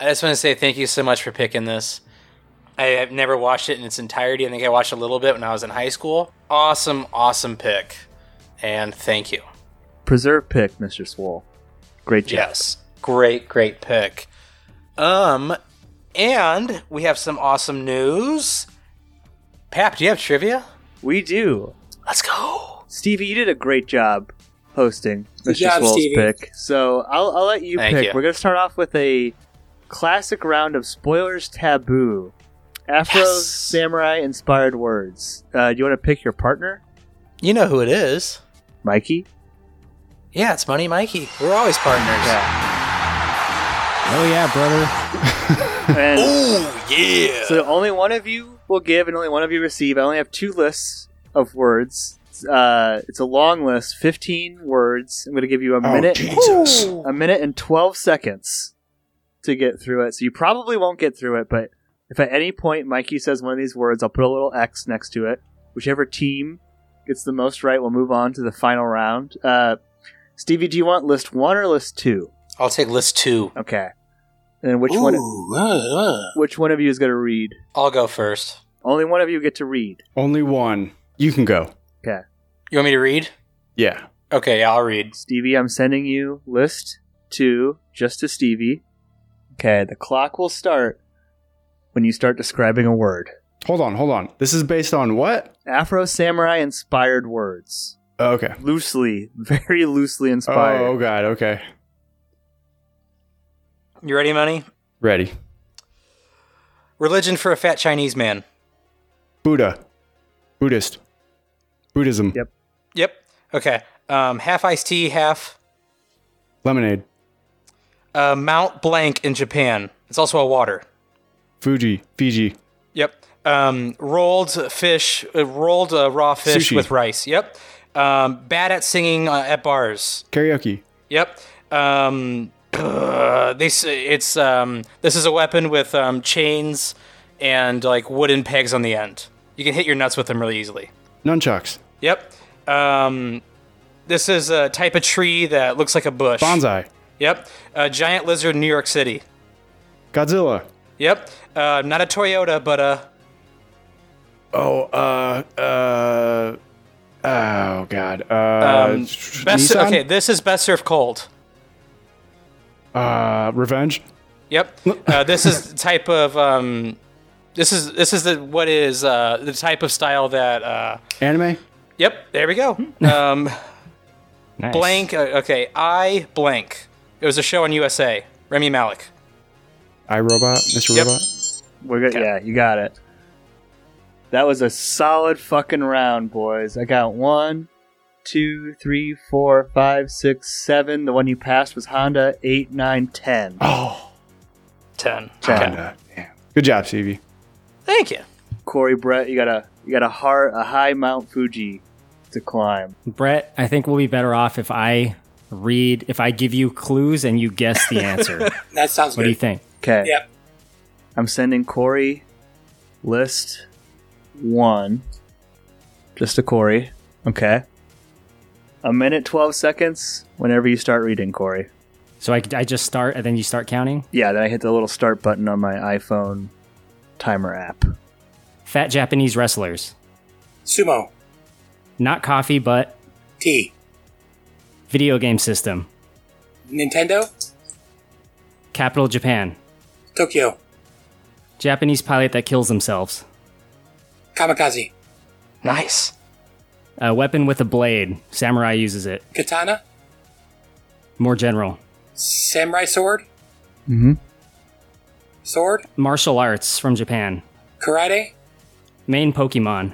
[SPEAKER 2] I just want to say thank you so much for picking this. I have never watched it in its entirety. I think I watched a little bit when I was in high school. Awesome, awesome pick, and thank you.
[SPEAKER 4] preserve pick mr swole great job
[SPEAKER 2] Yes. Great, great pick. Um, and we have some awesome news. Pap, do you have trivia?
[SPEAKER 4] we do
[SPEAKER 2] Let's go.
[SPEAKER 4] Stevie, you did a great job hosting
[SPEAKER 6] Good
[SPEAKER 4] Mr.
[SPEAKER 6] job,
[SPEAKER 4] Swole's
[SPEAKER 6] Stevie.
[SPEAKER 4] pick. So I'll, I'll let you
[SPEAKER 2] Thank
[SPEAKER 4] pick.
[SPEAKER 2] you.
[SPEAKER 4] We're going to start off with a classic round of spoilers taboo. Afro
[SPEAKER 2] Yes.
[SPEAKER 4] samurai inspired words. Uh, do you want to pick your partner,
[SPEAKER 2] You know who it is.
[SPEAKER 4] Mikey?
[SPEAKER 2] Yeah, it's Money Mikey. We're always partners.
[SPEAKER 3] oh yeah brother
[SPEAKER 4] And
[SPEAKER 6] Oh yeah.
[SPEAKER 4] So only one of you will give, and only one of you receive. I only have two lists of words. Uh, it's a long list, fifteen words. I'm going to give you a
[SPEAKER 8] Oh,
[SPEAKER 4] minute,
[SPEAKER 8] Jesus.
[SPEAKER 4] a minute and twelve seconds to get through it. So you probably won't get through it, but if at any point Mikey says one of these words, I'll put a little X next to it. Whichever team gets the most right will move on to the final round. Uh, Stevie, do you want list one or list two?
[SPEAKER 2] I'll take list two.
[SPEAKER 4] Okay. And which
[SPEAKER 6] Ooh,
[SPEAKER 4] one?
[SPEAKER 6] uh, uh.
[SPEAKER 4] Which one of you is going to read?
[SPEAKER 2] I'll go first.
[SPEAKER 4] Only one of you get to read.
[SPEAKER 5] Only one. You can go.
[SPEAKER 4] Okay.
[SPEAKER 2] You want me to read?
[SPEAKER 5] Yeah.
[SPEAKER 2] Okay, I'll read.
[SPEAKER 4] Stevie, I'm sending you list two just to Stevie. Okay, the clock will start when you start describing a word.
[SPEAKER 5] Hold on, hold on. This is based on what? Oh,
[SPEAKER 4] Afro samurai inspired words.
[SPEAKER 5] Okay.
[SPEAKER 4] Loosely, very loosely inspired.
[SPEAKER 5] Oh, God. Okay.
[SPEAKER 2] You ready, Money?
[SPEAKER 5] Ready.
[SPEAKER 2] Religion for a fat Chinese man.
[SPEAKER 5] Buddha. Buddhist. Buddhism.
[SPEAKER 4] Yep.
[SPEAKER 2] Yep. Okay. Um, half iced tea, half
[SPEAKER 5] Lemonade.
[SPEAKER 2] uh, Mount Blank in Japan. It's also a water.
[SPEAKER 5] Fuji. Fiji.
[SPEAKER 2] Yep. Um, rolled fish, uh, rolled uh, raw fish
[SPEAKER 5] Sushi.
[SPEAKER 2] with rice. Yep. Um, bad at singing uh, at bars.
[SPEAKER 5] Karaoke.
[SPEAKER 2] Yep. Um, uh, they s- it's um, this is a weapon with um, chains and like wooden pegs on the end. You can hit your nuts with them really easily.
[SPEAKER 5] Nunchucks.
[SPEAKER 2] Yep. Um, this is a type of tree that looks like a bush.
[SPEAKER 5] Bonsai.
[SPEAKER 2] Yep. A giant lizard, in New York City.
[SPEAKER 5] Godzilla.
[SPEAKER 2] Yep. Uh, not a Toyota, but a
[SPEAKER 5] Oh, uh, uh, oh, God. Uh,
[SPEAKER 2] um,
[SPEAKER 5] sh-
[SPEAKER 2] best.
[SPEAKER 5] Nissan?
[SPEAKER 2] Okay, this is best served cold.
[SPEAKER 5] Uh, Revenge.
[SPEAKER 2] Yep. Uh, this is the type of um, this is this is the what is uh, the type of style that uh,
[SPEAKER 5] Anime.
[SPEAKER 2] Yep, there we go. Um,
[SPEAKER 3] Nice.
[SPEAKER 2] blank. uh, Okay, I blank. It was a show on USA. Remy Malik.
[SPEAKER 5] iRobot. Mr.
[SPEAKER 2] Yep.
[SPEAKER 5] Robot.
[SPEAKER 4] We're good. Yeah, you got it. That was a solid fucking round, boys. I got one, two, three, four, five, six, seven. The one you passed was Honda eight, nine, ten.
[SPEAKER 5] Oh,
[SPEAKER 2] Ten.
[SPEAKER 5] Honda. Damn. Good job, Stevie.
[SPEAKER 2] Thank you.
[SPEAKER 4] Corey Brett, you got a you got a hard a high Mount Fuji to climb.
[SPEAKER 3] Brett, I think we'll be better off if I read, if I give you clues and you guess the answer. what
[SPEAKER 6] That sounds
[SPEAKER 3] do you
[SPEAKER 6] good.
[SPEAKER 3] think?
[SPEAKER 4] Okay.
[SPEAKER 6] Yep.
[SPEAKER 4] I'm sending Corey list one. Just to Corey. Okay. A minute twelve seconds whenever you start reading, Corey.
[SPEAKER 3] So I, I just start and then you start counting?
[SPEAKER 4] Yeah, then I hit the little start button on my iPhone timer app.
[SPEAKER 3] Fat Japanese wrestlers.
[SPEAKER 6] Sumo.
[SPEAKER 3] Not coffee, but
[SPEAKER 6] T.
[SPEAKER 3] video game system.
[SPEAKER 6] Nintendo.
[SPEAKER 3] Capital Japan.
[SPEAKER 6] Tokyo.
[SPEAKER 3] Japanese pilot that kills themselves.
[SPEAKER 6] Kamikaze.
[SPEAKER 2] Nice.
[SPEAKER 3] A weapon with a blade. Samurai uses it.
[SPEAKER 6] Katana.
[SPEAKER 3] More general.
[SPEAKER 6] Samurai sword.
[SPEAKER 4] Mm-hmm.
[SPEAKER 6] Sword.
[SPEAKER 3] Martial arts from Japan.
[SPEAKER 6] Karate.
[SPEAKER 3] Main Pokemon.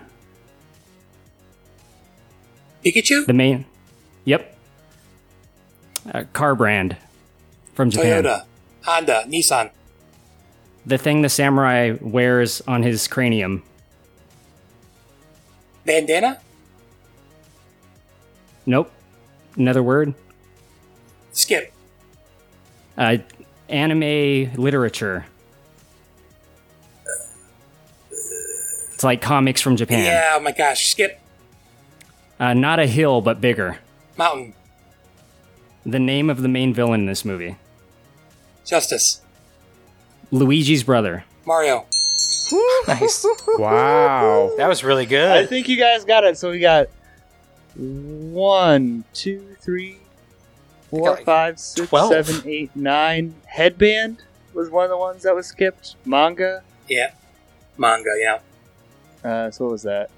[SPEAKER 6] Pikachu.
[SPEAKER 3] The main. Yep. Uh, car brand from Japan.
[SPEAKER 6] Toyota. Honda. Nissan.
[SPEAKER 3] The thing the samurai wears on his cranium.
[SPEAKER 6] Bandana.
[SPEAKER 3] Nope. Another word.
[SPEAKER 6] Skip.
[SPEAKER 3] Uh, anime literature. It's like comics from Japan.
[SPEAKER 6] Yeah. Oh my gosh. Skip.
[SPEAKER 3] Uh, not a hill, but bigger.
[SPEAKER 6] Mountain.
[SPEAKER 3] The name of the main villain in this movie
[SPEAKER 6] Justice.
[SPEAKER 3] Luigi's brother.
[SPEAKER 6] Mario.
[SPEAKER 2] Nice.
[SPEAKER 5] Wow.
[SPEAKER 2] That was really
[SPEAKER 4] I
[SPEAKER 2] good.
[SPEAKER 4] think you guys got it. So we got one, two, three, four,
[SPEAKER 2] Got like
[SPEAKER 4] five, six,
[SPEAKER 2] 12.
[SPEAKER 4] seven, eight, nine. Headband was one of the ones that was skipped. Manga.
[SPEAKER 6] Yeah. Manga. Yeah.
[SPEAKER 4] Uh, so what was that?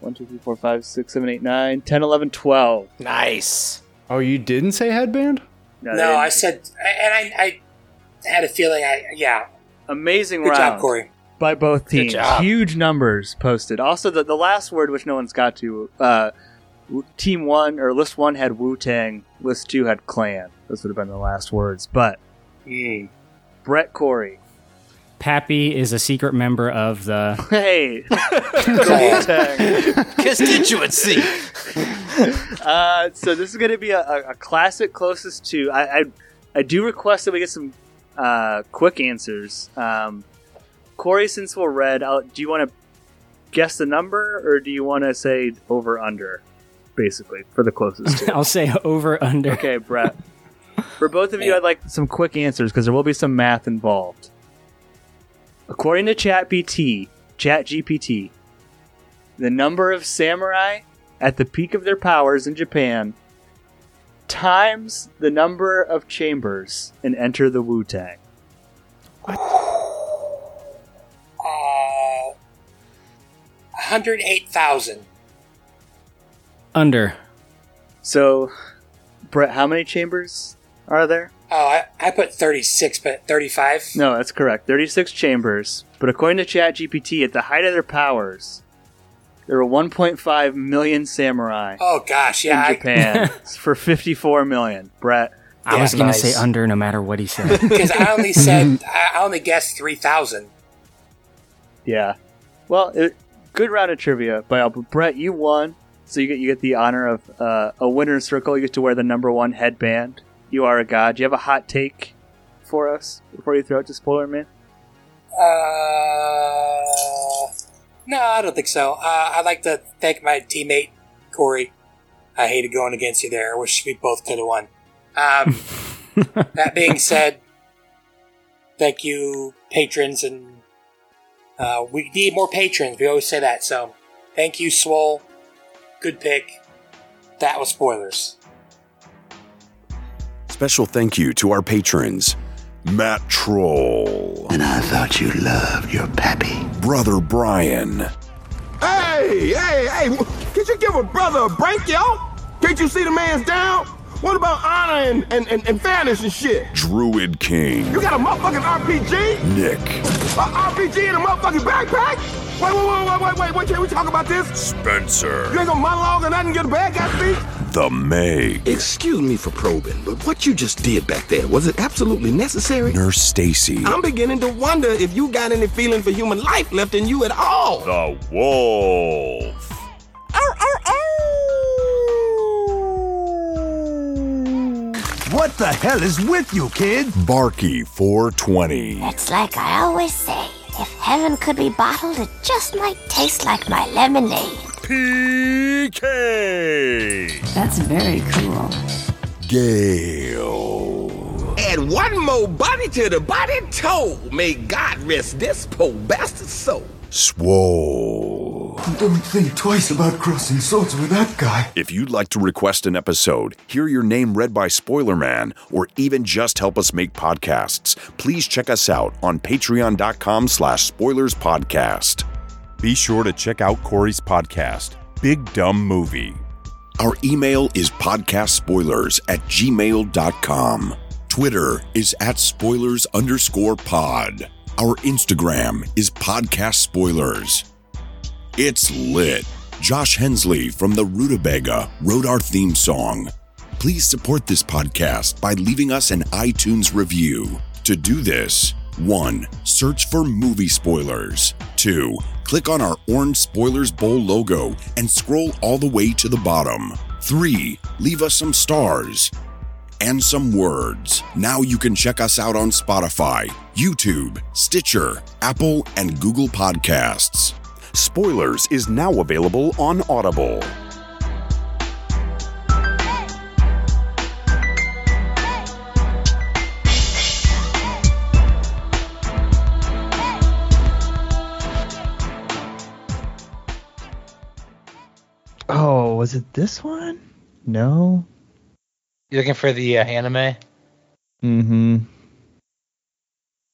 [SPEAKER 4] One, two, three, four, five, six, seven, eight, nine, ten, eleven, twelve.
[SPEAKER 2] Nice.
[SPEAKER 5] Oh, you didn't say headband?
[SPEAKER 4] No,
[SPEAKER 6] No, I
[SPEAKER 4] didn't.
[SPEAKER 6] said, and I, I had a feeling. I yeah.
[SPEAKER 4] amazing
[SPEAKER 6] Good
[SPEAKER 4] round
[SPEAKER 6] job, Corey.
[SPEAKER 4] by both teams.
[SPEAKER 2] job.
[SPEAKER 4] Huge numbers posted. Also, the, the last word, which no one's got to, uh, w- team one or list one had Wu Tang, list two had Clan. Those would have been the last words. But
[SPEAKER 6] Mm.
[SPEAKER 4] Brett Corey,
[SPEAKER 3] Pappy is a secret member of the.
[SPEAKER 4] hey,
[SPEAKER 6] Cool.
[SPEAKER 2] Constituency.
[SPEAKER 4] uh, so this is going to be a, a, a classic closest to. I, I I do request that we get some uh, quick answers. Um, Corey, since we're red, I'll, do you want to guess the number or do you want to say over under, basically for the closest? to?
[SPEAKER 3] I'll say over under.
[SPEAKER 4] Okay, Brett. For both of you, I'd like some quick answers because there will be some math involved. According to ChatGPT, ChatGPT, the number of samurai at the peak of their powers in Japan times the number of chambers and enter the Wu Tang.
[SPEAKER 6] Uh, 108,000.
[SPEAKER 3] Under.
[SPEAKER 4] So, Brett, how many chambers are there?
[SPEAKER 6] Oh, I, I put 36, but 35?
[SPEAKER 4] No, that's correct. 36 chambers. But according to ChatGPT, at the height of their powers, there were 1.5 million samurai
[SPEAKER 6] Oh, gosh, yeah.
[SPEAKER 4] in
[SPEAKER 6] I-
[SPEAKER 4] Japan for 54 million. Brett,
[SPEAKER 3] I
[SPEAKER 6] Yeah,
[SPEAKER 3] was gonna
[SPEAKER 6] nice.
[SPEAKER 3] say under, no matter what he said.
[SPEAKER 6] Because I only said I I only guessed three thousand.
[SPEAKER 4] yeah. Well, it, good round of trivia by Al. But Brett, you won. So you get you get the honor of uh, a winner's circle. You get to wear the number one headband. You are a god. Do you have a hot take for us before you throw it to Spoiler Man?
[SPEAKER 6] Uh, no, I don't think so. Uh, I'd like to thank my teammate Corey. I hated going against you there. I wish we both could have won. Um, that being said, thank you, patrons, and uh, we need more patrons. We always say that. So, thank you, Swole. Good pick. That was spoilers.
[SPEAKER 7] Special thank you to our patrons Matt Troll. And I thought you loved your pappy. Brother Brian.
[SPEAKER 9] Hey, hey, hey, could you give a brother a break, yo? Can't you see the man's down? What about honor and, and, and, and fairness and shit?
[SPEAKER 7] Druid King.
[SPEAKER 9] You got a motherfucking RPG?
[SPEAKER 7] Nick.
[SPEAKER 9] A RPG in a motherfucking backpack? Wait, wait, wait, wait, wait, wait, wait, can't we talk about this? You
[SPEAKER 7] Spencer.
[SPEAKER 9] ain't gonna monologue or nothing, get a bad guy speech?
[SPEAKER 7] The Meg.
[SPEAKER 8] Excuse me for probing, but what you just did back there, was it absolutely necessary?
[SPEAKER 7] Nurse Stacy.
[SPEAKER 8] I'm beginning to wonder if you got any feeling for human life left in you at all.
[SPEAKER 7] The Wolf.
[SPEAKER 12] What the hell is with you, kid?
[SPEAKER 7] Barky420.
[SPEAKER 13] It's like I always say if heaven could be bottled, it just might taste like my lemonade.
[SPEAKER 7] PK.
[SPEAKER 13] That's very cool.
[SPEAKER 7] Gale.
[SPEAKER 8] Add one more body to the body toe. May God rest this poor bastard soul.
[SPEAKER 7] Swole.
[SPEAKER 12] Don't think twice about crossing swords with that guy.
[SPEAKER 7] If you'd like to request an episode, hear your name read by Spoiler Man, or even just help us make podcasts, please check us out on patreon.com slash spoilers podcast. Be sure to check out Corey's podcast, Big Dumb Movie. Our email is podcastspoilers at gmail.com. Twitter is at spoilers underscore pod. Our Instagram is podcast spoilers. It's lit. Josh Hensley from the Rutabaga wrote our theme song. Please support this podcast by leaving us an iTunes review. To do this, 1. Search for movie spoilers. 2. Click on our orange Spoilers Bowl logo and scroll all the way to the bottom. 3. Leave us some stars and some words. Now you can check us out on Spotify, YouTube, Stitcher, Apple, and Google Podcasts. Spoilers is now available on Audible.
[SPEAKER 14] Oh, was it this one? No.
[SPEAKER 2] You looking for the uh, anime?
[SPEAKER 14] Mm-hmm.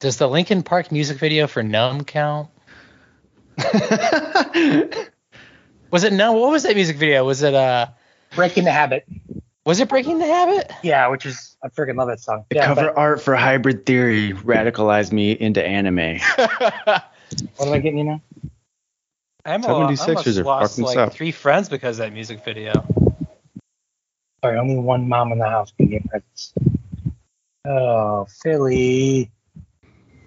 [SPEAKER 2] Does the Linkin Park music video for Numb count? was it Numb? What was that music video? Was it uh
[SPEAKER 6] Breaking the habit.
[SPEAKER 2] Was it Breaking the Habit?
[SPEAKER 6] Yeah, which is I freaking love that song.
[SPEAKER 15] The
[SPEAKER 6] yeah,
[SPEAKER 15] cover art for Hybrid Theory radicalized me into anime.
[SPEAKER 6] but what am I getting you now?
[SPEAKER 2] I'm a,
[SPEAKER 15] 76ers
[SPEAKER 2] I
[SPEAKER 15] are
[SPEAKER 2] almost lost
[SPEAKER 15] fucking
[SPEAKER 2] like
[SPEAKER 15] suck.
[SPEAKER 2] three friends because of that music video.
[SPEAKER 6] Sorry, only one mom in the house can get presents. Oh, Philly.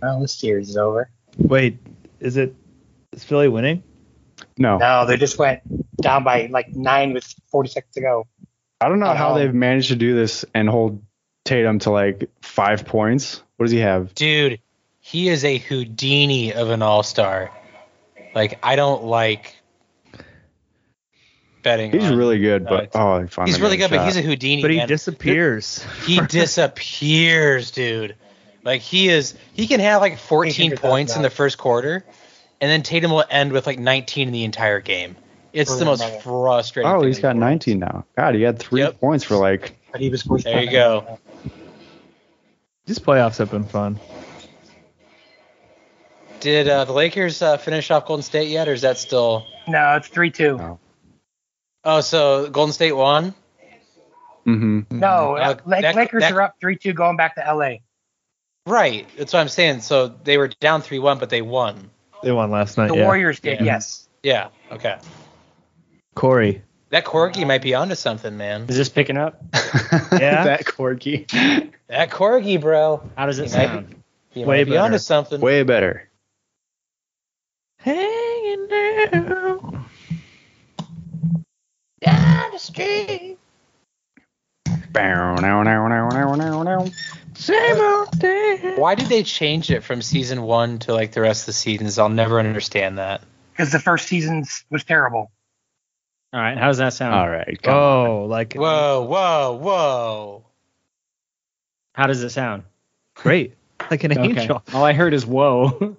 [SPEAKER 6] Well, this series is over.
[SPEAKER 14] Wait, is it is Philly winning?
[SPEAKER 5] No.
[SPEAKER 6] No, they just went down by like nine with 40 seconds to go. Um,
[SPEAKER 5] I don't know how they've managed to do this and hold Tatum to like five points. What does he have?
[SPEAKER 2] Dude, he is a Houdini of an all star. Like I don't like betting.
[SPEAKER 5] He's
[SPEAKER 2] on-
[SPEAKER 5] really good,
[SPEAKER 2] No,
[SPEAKER 5] but
[SPEAKER 2] it's-
[SPEAKER 5] oh, I finally
[SPEAKER 2] uh, he's really
[SPEAKER 5] got
[SPEAKER 2] good, but he's a
[SPEAKER 5] shot.
[SPEAKER 2] Houdini.
[SPEAKER 14] But he
[SPEAKER 2] man.
[SPEAKER 14] disappears.
[SPEAKER 2] He disappears, dude. Like he is, he can have like 14 points in the first quarter, and then Tatum will end with like 19 in the entire game,
[SPEAKER 16] It's the most frustrating.
[SPEAKER 5] Oh,
[SPEAKER 16] thing.
[SPEAKER 5] he's got 19 now. God, he had three points for like.
[SPEAKER 16] But he was there you go.
[SPEAKER 14] These playoffs have been fun.
[SPEAKER 16] Did uh, the Lakers uh, finish off Golden State yet, or is that still?
[SPEAKER 6] No, it's three two.
[SPEAKER 16] Oh, so Golden State won.
[SPEAKER 5] Mm-hmm.
[SPEAKER 6] No, uh, Lak-
[SPEAKER 16] that-
[SPEAKER 6] Lakers
[SPEAKER 16] that-
[SPEAKER 6] are up three two, going back to L.A.
[SPEAKER 16] Right. That's what I'm saying. So they were down three one, but they won.
[SPEAKER 14] They won last night.
[SPEAKER 6] The
[SPEAKER 14] yeah.
[SPEAKER 6] Warriors did,
[SPEAKER 14] Yeah.
[SPEAKER 6] yes.
[SPEAKER 16] Yeah. Okay.
[SPEAKER 14] Corey.
[SPEAKER 16] That corgi might be onto something, man.
[SPEAKER 3] Is this picking up?
[SPEAKER 14] Yeah.
[SPEAKER 15] that corgi.
[SPEAKER 16] That corgi, bro.
[SPEAKER 3] How does it
[SPEAKER 16] He might
[SPEAKER 3] sound?
[SPEAKER 16] be- he
[SPEAKER 15] Way
[SPEAKER 16] might be
[SPEAKER 15] better.
[SPEAKER 16] onto something.
[SPEAKER 15] Way better.
[SPEAKER 14] Hanging down.
[SPEAKER 16] Down the street.
[SPEAKER 5] Bow, now, now, now, now, now, now.
[SPEAKER 14] Same old day.
[SPEAKER 16] Why did they change it from season one to like the rest of the seasons? I'll never understand that.
[SPEAKER 6] because the first season was terrible.
[SPEAKER 3] All right, how's that sound?
[SPEAKER 15] All right.
[SPEAKER 14] Oh, like
[SPEAKER 16] Whoa, whoa, whoa.
[SPEAKER 3] How does it sound?
[SPEAKER 14] Great. Like an
[SPEAKER 3] Okay.
[SPEAKER 14] angel.
[SPEAKER 3] All I heard is whoa.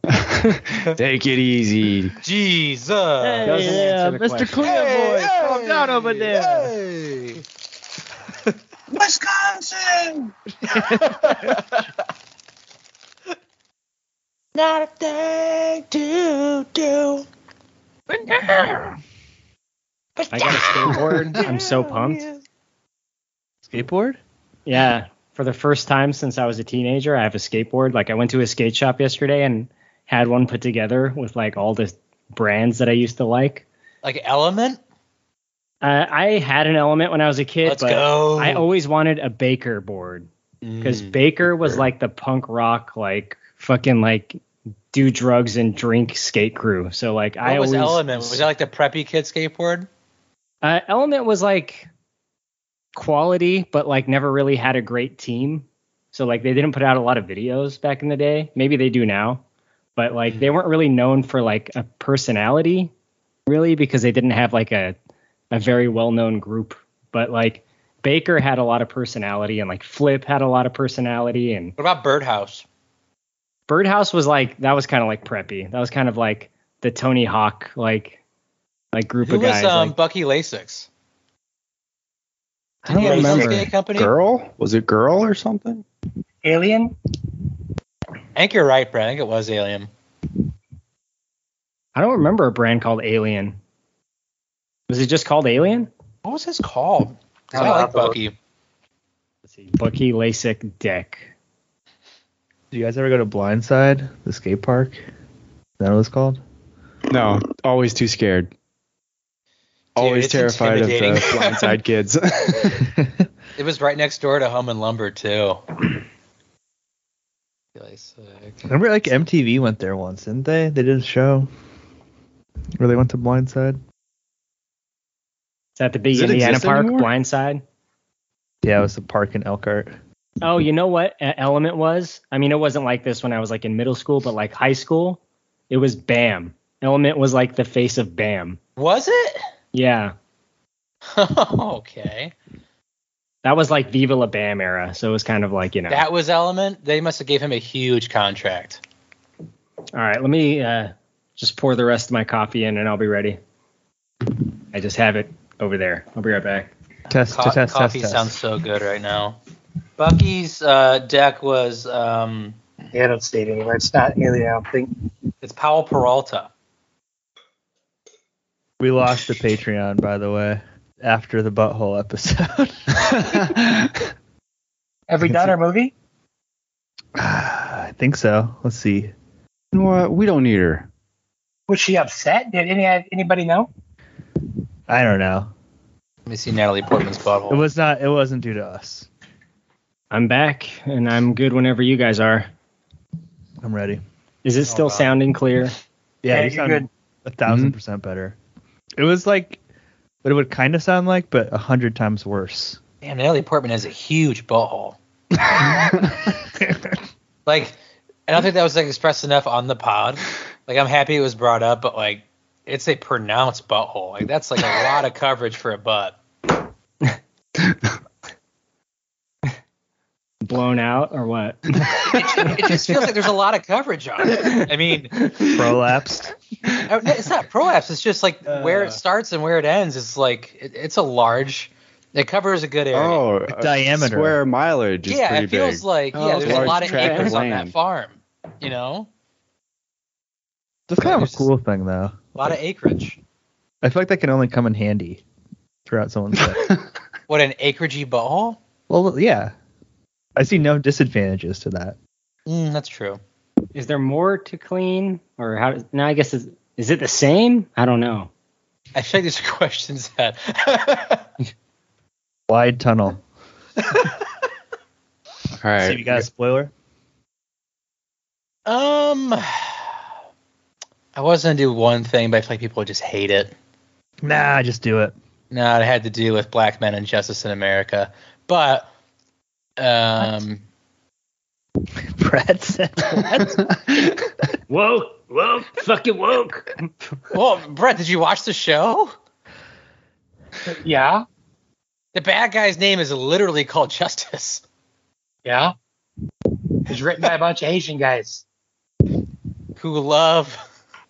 [SPEAKER 15] Take it easy.
[SPEAKER 16] Jesus.
[SPEAKER 3] Doesn't answer the question.
[SPEAKER 14] Clean uh, boy, calm down over there.
[SPEAKER 16] Wisconsin.
[SPEAKER 14] Not a thing to do.
[SPEAKER 3] I got a skateboard. I'm so pumped.
[SPEAKER 14] Skateboard?
[SPEAKER 3] Yeah. For the first time since I was a teenager, I have a skateboard. Like I went to a skate shop yesterday and had one put together with like all the brands that I used to like.
[SPEAKER 16] Like Element?
[SPEAKER 3] Uh, I had an element when I was a kid,
[SPEAKER 16] Let's
[SPEAKER 3] but
[SPEAKER 16] go.
[SPEAKER 3] I always wanted a Baker board because
[SPEAKER 16] Mm.
[SPEAKER 3] Baker was like the punk rock, like fucking like do drugs and drink skate crew. So like
[SPEAKER 16] What
[SPEAKER 3] I
[SPEAKER 16] was
[SPEAKER 3] always
[SPEAKER 16] Element? Was that like the preppy kid skateboard?
[SPEAKER 3] Uh, Element was like quality, but like never really had a great team. So like they didn't put out a lot of videos back in the day. Maybe they do now, but like they weren't really known for like a personality, really, because they didn't have like a a very well known group. But like Baker had a lot of personality, and like Flip had a lot of personality, and
[SPEAKER 16] What about Birdhouse?
[SPEAKER 3] Birdhouse was like that was kind of like preppy. That was kind of like the Tony Hawk like like group
[SPEAKER 16] Who
[SPEAKER 3] of guys.
[SPEAKER 16] was um,
[SPEAKER 3] like-
[SPEAKER 16] Bucky Lasix?
[SPEAKER 5] I don't
[SPEAKER 16] Yeah,
[SPEAKER 5] remember.
[SPEAKER 16] skate company.
[SPEAKER 5] Girl? Was it girl or something?
[SPEAKER 6] Alien?
[SPEAKER 16] I think you're right, Brad. I think it was Alien.
[SPEAKER 3] I don't remember a brand called Alien. Was it just called Alien?
[SPEAKER 16] What was his call? I
[SPEAKER 3] Uh,
[SPEAKER 16] like Bucky.
[SPEAKER 3] Bucky LASIK Deck.
[SPEAKER 14] Do you guys ever go to Blindside, the skate park? Is that what it's called?
[SPEAKER 5] No, always too scared. always
[SPEAKER 16] it's
[SPEAKER 5] terrified of the
[SPEAKER 16] intimidating.
[SPEAKER 5] blindside kids.
[SPEAKER 16] It was right next door to Home and Lumber too. Bucky Lasik.
[SPEAKER 14] Remember, like MTV went there once, didn't they? They did a show where they went to Blindside.
[SPEAKER 3] Is that the big
[SPEAKER 14] Does it
[SPEAKER 3] Indiana
[SPEAKER 14] exist
[SPEAKER 3] Park
[SPEAKER 14] anymore?
[SPEAKER 3] blindside?
[SPEAKER 14] Yeah, it was the park in Elkhart.
[SPEAKER 3] Oh, you know what uh, element was? I mean, it wasn't like this when I was like in middle school, but like high school, it was BAM. Element was like the face of BAM.
[SPEAKER 16] Was it?
[SPEAKER 3] Yeah.
[SPEAKER 16] okay.
[SPEAKER 3] That was like Viva La BAM era. So it was kind of like, you know.
[SPEAKER 16] That was Element. They must have gave him a huge contract.
[SPEAKER 3] All right, let me uh, just pour the rest of my coffee in and I'll be ready. I just have it over there. I'll be right back.
[SPEAKER 14] Test,
[SPEAKER 16] Co-
[SPEAKER 14] test, test,
[SPEAKER 16] coffee
[SPEAKER 14] test.
[SPEAKER 16] sounds so good right now. Bucky's uh, deck was um,
[SPEAKER 6] Yeah, I don't see it anywhere. It's not Alien, I don't think.
[SPEAKER 16] it's Powell Peralta.
[SPEAKER 14] We lost the Patreon, by the way, after the butthole episode.
[SPEAKER 6] Have we done our movie?
[SPEAKER 14] I think so. Let's see.
[SPEAKER 5] you know what? We don't need her.
[SPEAKER 6] Was she upset? Did any anybody know?
[SPEAKER 14] I don't know.
[SPEAKER 16] Let me see Natalie Portman's
[SPEAKER 14] It
[SPEAKER 16] butthole.
[SPEAKER 14] was not. It wasn't due to us.
[SPEAKER 3] I'm back and I'm good whenever you guys are.
[SPEAKER 14] I'm ready.
[SPEAKER 3] Is
[SPEAKER 16] Oh,
[SPEAKER 3] it still
[SPEAKER 14] wow.
[SPEAKER 3] sounding clear?
[SPEAKER 14] Yeah,
[SPEAKER 6] Yeah,
[SPEAKER 14] you
[SPEAKER 6] you're
[SPEAKER 14] sound
[SPEAKER 6] good.
[SPEAKER 14] a 1000
[SPEAKER 16] Mm-hmm.
[SPEAKER 14] percent better. It was like what it would kind of sound like, but a hundred times worse.
[SPEAKER 16] Damn, Natalie Portman has a huge butthole. like, I don't think that was like expressed enough on the pod. Like, I'm happy it was brought up, but like, it's a pronounced butthole. Like, that's like a lot of coverage for a butt.
[SPEAKER 3] blown out or what?
[SPEAKER 16] It just feels like there's a lot of coverage on it. I mean,
[SPEAKER 4] Prolapsed.
[SPEAKER 16] I- it's not prolapse. It's just like
[SPEAKER 5] Uh.
[SPEAKER 16] where it starts and where it ends. It's like it, it's a large. It covers a good area.
[SPEAKER 5] Oh,
[SPEAKER 16] a
[SPEAKER 5] a Square mileage is
[SPEAKER 16] yeah,
[SPEAKER 5] pretty
[SPEAKER 16] it feels
[SPEAKER 5] big.
[SPEAKER 16] like yeah. There's a
[SPEAKER 5] Oh, large
[SPEAKER 16] lot of
[SPEAKER 5] tract
[SPEAKER 16] acres on that
[SPEAKER 5] land.
[SPEAKER 16] farm. You know,
[SPEAKER 4] That's kind of a cool thing, though.
[SPEAKER 16] a lot of acreage.
[SPEAKER 4] I feel like that can only come in handy throughout someone's life.
[SPEAKER 16] What an acreagey butthole.
[SPEAKER 4] well, yeah. I see no disadvantages to that.
[SPEAKER 16] Mm, that's true.
[SPEAKER 3] Is there more to clean, or how? Now I guess is is it the same? I don't know.
[SPEAKER 16] I feel like these are questions that
[SPEAKER 4] Wide tunnel.
[SPEAKER 5] All
[SPEAKER 4] See,
[SPEAKER 5] right.
[SPEAKER 4] you got a spoiler?
[SPEAKER 16] Um, I was gonna do one thing, but I feel like people would just hate it.
[SPEAKER 4] Nah, just do it.
[SPEAKER 16] No, it had to do with black men and justice in America. But um,
[SPEAKER 4] Brad said
[SPEAKER 16] woke, woke, fucking woke. well, Brett, did you watch the show?
[SPEAKER 2] Yeah.
[SPEAKER 16] The bad guy's name is literally called Justice.
[SPEAKER 2] Yeah. It's written by a bunch of Asian guys.
[SPEAKER 16] Who love,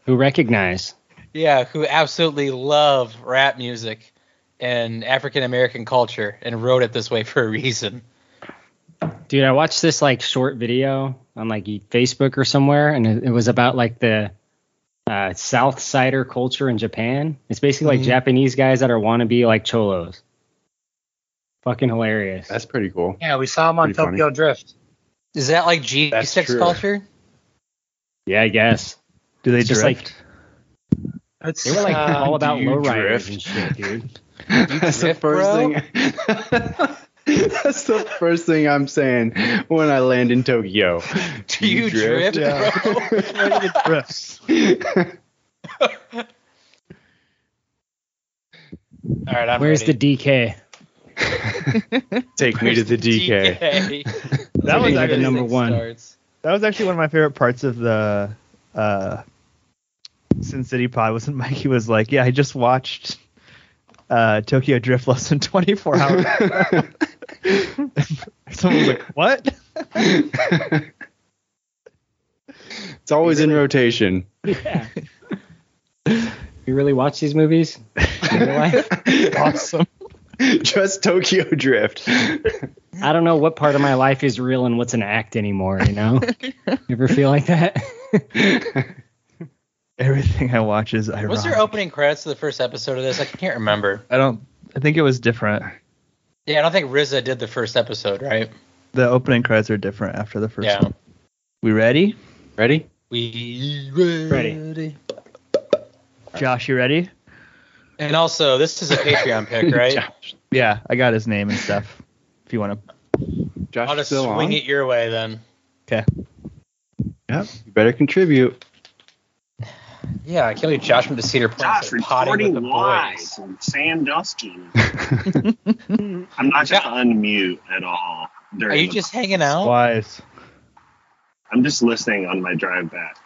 [SPEAKER 3] Who recognize?
[SPEAKER 16] yeah, who absolutely love rap music and African American culture, and wrote it this way for a reason.
[SPEAKER 3] Dude, I watched this like short video on like Facebook or somewhere, and it, it was about like the uh, South Sider culture in Japan. It's basically like
[SPEAKER 4] Mm-hmm.
[SPEAKER 16] Mhm.
[SPEAKER 3] Japanese guys that are wannabe like cholos. Fucking hilarious.
[SPEAKER 5] That's pretty cool.
[SPEAKER 2] Yeah, we saw him on
[SPEAKER 3] Pretty funny.
[SPEAKER 2] Tokyo Drift.
[SPEAKER 16] Is that like G6
[SPEAKER 3] true.
[SPEAKER 16] culture?
[SPEAKER 3] Yeah, I guess.
[SPEAKER 4] Do they
[SPEAKER 3] It's just
[SPEAKER 4] drift?
[SPEAKER 2] That's,
[SPEAKER 3] They were like
[SPEAKER 2] uh,
[SPEAKER 3] all about
[SPEAKER 2] do you
[SPEAKER 3] lowriders
[SPEAKER 2] drift?
[SPEAKER 3] and shit, dude.
[SPEAKER 5] That's the first thing. That's the first thing I'm saying when I land in Tokyo.
[SPEAKER 16] Do you, drift,
[SPEAKER 4] bro?
[SPEAKER 16] All right, I'm
[SPEAKER 3] Where's the
[SPEAKER 16] ready.
[SPEAKER 3] DK?
[SPEAKER 5] Take me to the DK.
[SPEAKER 4] That was
[SPEAKER 3] Maybe
[SPEAKER 4] actually
[SPEAKER 3] the number one.
[SPEAKER 4] That was actually one of my favorite parts of the uh, Sin City pod. Wasn't Mikey was like, yeah, I just watched uh, Tokyo Drift less than 24 hours. ago." Someone was like, what?
[SPEAKER 5] It's always in rotation.
[SPEAKER 3] Yeah. you really watch these movies? In real life?
[SPEAKER 4] awesome.
[SPEAKER 5] Just Tokyo Drift.
[SPEAKER 3] I don't know what part of my life is real and what's an act anymore, you know? you ever feel like that?
[SPEAKER 4] Everything I watch is ironic.
[SPEAKER 16] What's your opening credits to the first episode of this? I can't remember.
[SPEAKER 4] I don't. I think it was different.
[SPEAKER 16] Yeah, I don't think Riza did the first episode, right?
[SPEAKER 4] The opening credits are different after the first
[SPEAKER 16] Yeah.
[SPEAKER 4] one. We ready?
[SPEAKER 5] Ready?
[SPEAKER 16] We ready.
[SPEAKER 4] Josh, you ready?
[SPEAKER 16] And also, this is a Patreon pick, right?
[SPEAKER 4] Yeah, I got his name and stuff. If you want to.
[SPEAKER 5] Josh
[SPEAKER 16] I'll just
[SPEAKER 5] still
[SPEAKER 16] swing
[SPEAKER 5] on?
[SPEAKER 16] it your way then.
[SPEAKER 4] Okay.
[SPEAKER 5] Yep. You better contribute.
[SPEAKER 16] Yeah, I can't believe Josh went to Cedar Point. Josh potting with the boys.
[SPEAKER 7] from Sandusky. I'm not going to unmute at all. during
[SPEAKER 16] Are you
[SPEAKER 7] the-
[SPEAKER 16] just hanging out?
[SPEAKER 4] Wise.
[SPEAKER 7] I'm just listening on my drive back.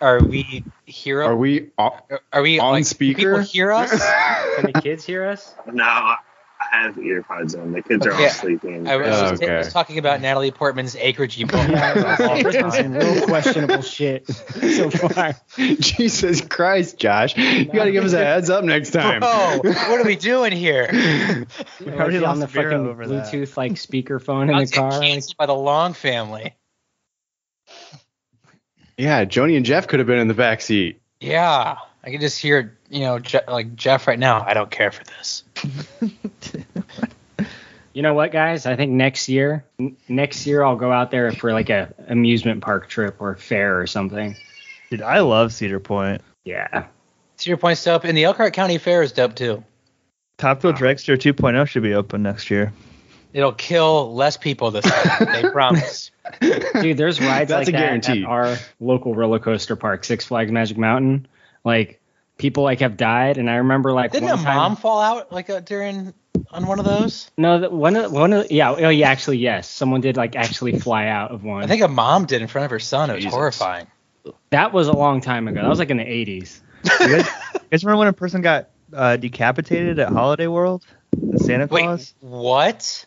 [SPEAKER 16] Are we hero?
[SPEAKER 5] Are we on,
[SPEAKER 16] Are we
[SPEAKER 5] on
[SPEAKER 16] like, do
[SPEAKER 5] speaker?
[SPEAKER 16] People hear us?
[SPEAKER 3] Can the kids hear us?
[SPEAKER 7] No, I have earpods in. The kids are
[SPEAKER 16] Okay,
[SPEAKER 7] all sleeping.
[SPEAKER 16] I was,
[SPEAKER 5] Oh,
[SPEAKER 16] just- I
[SPEAKER 5] okay.
[SPEAKER 16] was talking about Natalie Portman's acreage. You
[SPEAKER 3] There's been some real questionable shit so far.
[SPEAKER 5] Jesus Christ, Josh. You got to give us a heads up next time.
[SPEAKER 16] Bro, what are we doing here?
[SPEAKER 3] Like,
[SPEAKER 4] already lost
[SPEAKER 3] on the
[SPEAKER 4] Vera
[SPEAKER 3] fucking
[SPEAKER 4] over that.
[SPEAKER 3] Bluetooth like speakerphone in the car. like,
[SPEAKER 16] Canceled by the Long family.
[SPEAKER 5] Yeah, Joni and Jeff could have been in the back seat.
[SPEAKER 16] Yeah, I can just hear you know Je- like Jeff right now. I don't care for this.
[SPEAKER 3] You know what, guys? I think next year, n- next year I'll go out there for like a amusement park trip or fair or something.
[SPEAKER 4] Dude, I love Cedar Point.
[SPEAKER 3] Yeah.
[SPEAKER 16] Cedar Point's dope, and the Elkhart County Fair is dope too.
[SPEAKER 4] Topfield Dragster 2.0 should be open next year.
[SPEAKER 16] It'll kill less people this time. they promise.
[SPEAKER 3] Dude, there's rides
[SPEAKER 5] That's
[SPEAKER 3] like
[SPEAKER 5] a
[SPEAKER 3] that
[SPEAKER 5] guarantee.
[SPEAKER 3] at our local roller coaster park, Six Flags Magic Mountain. Like people like have died, and I remember like
[SPEAKER 16] Didn't
[SPEAKER 3] one
[SPEAKER 16] a
[SPEAKER 3] time.
[SPEAKER 16] mom fall out like uh, during on one of those?
[SPEAKER 3] No, that one of one of yeah oh yeah actually yes, someone did like actually fly out of one.
[SPEAKER 16] I think a mom did in front of her son. It was horrifying.
[SPEAKER 3] that was a long time ago. That was like in the 80s.
[SPEAKER 4] You guys, you guys remember when a person got uh, decapitated at Holiday World? in Santa
[SPEAKER 16] Wait,
[SPEAKER 4] Claus?
[SPEAKER 16] What?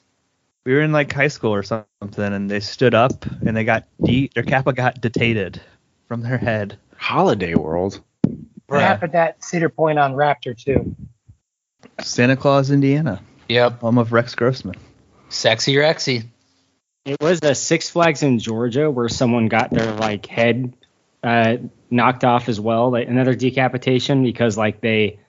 [SPEAKER 4] we were in like high school or something, and they stood up and they got de- their kappa got detated from their head.
[SPEAKER 17] Holiday World.
[SPEAKER 7] Right.
[SPEAKER 6] happened at Cedar Point on Raptor too.
[SPEAKER 4] Santa Claus, Indiana.
[SPEAKER 7] Yep.
[SPEAKER 4] Home of Rex Grossman.
[SPEAKER 7] Sexy Rexy.
[SPEAKER 3] It was a Six Flags in Georgia where someone got their like head uh, knocked off as well, like another decapitation because like they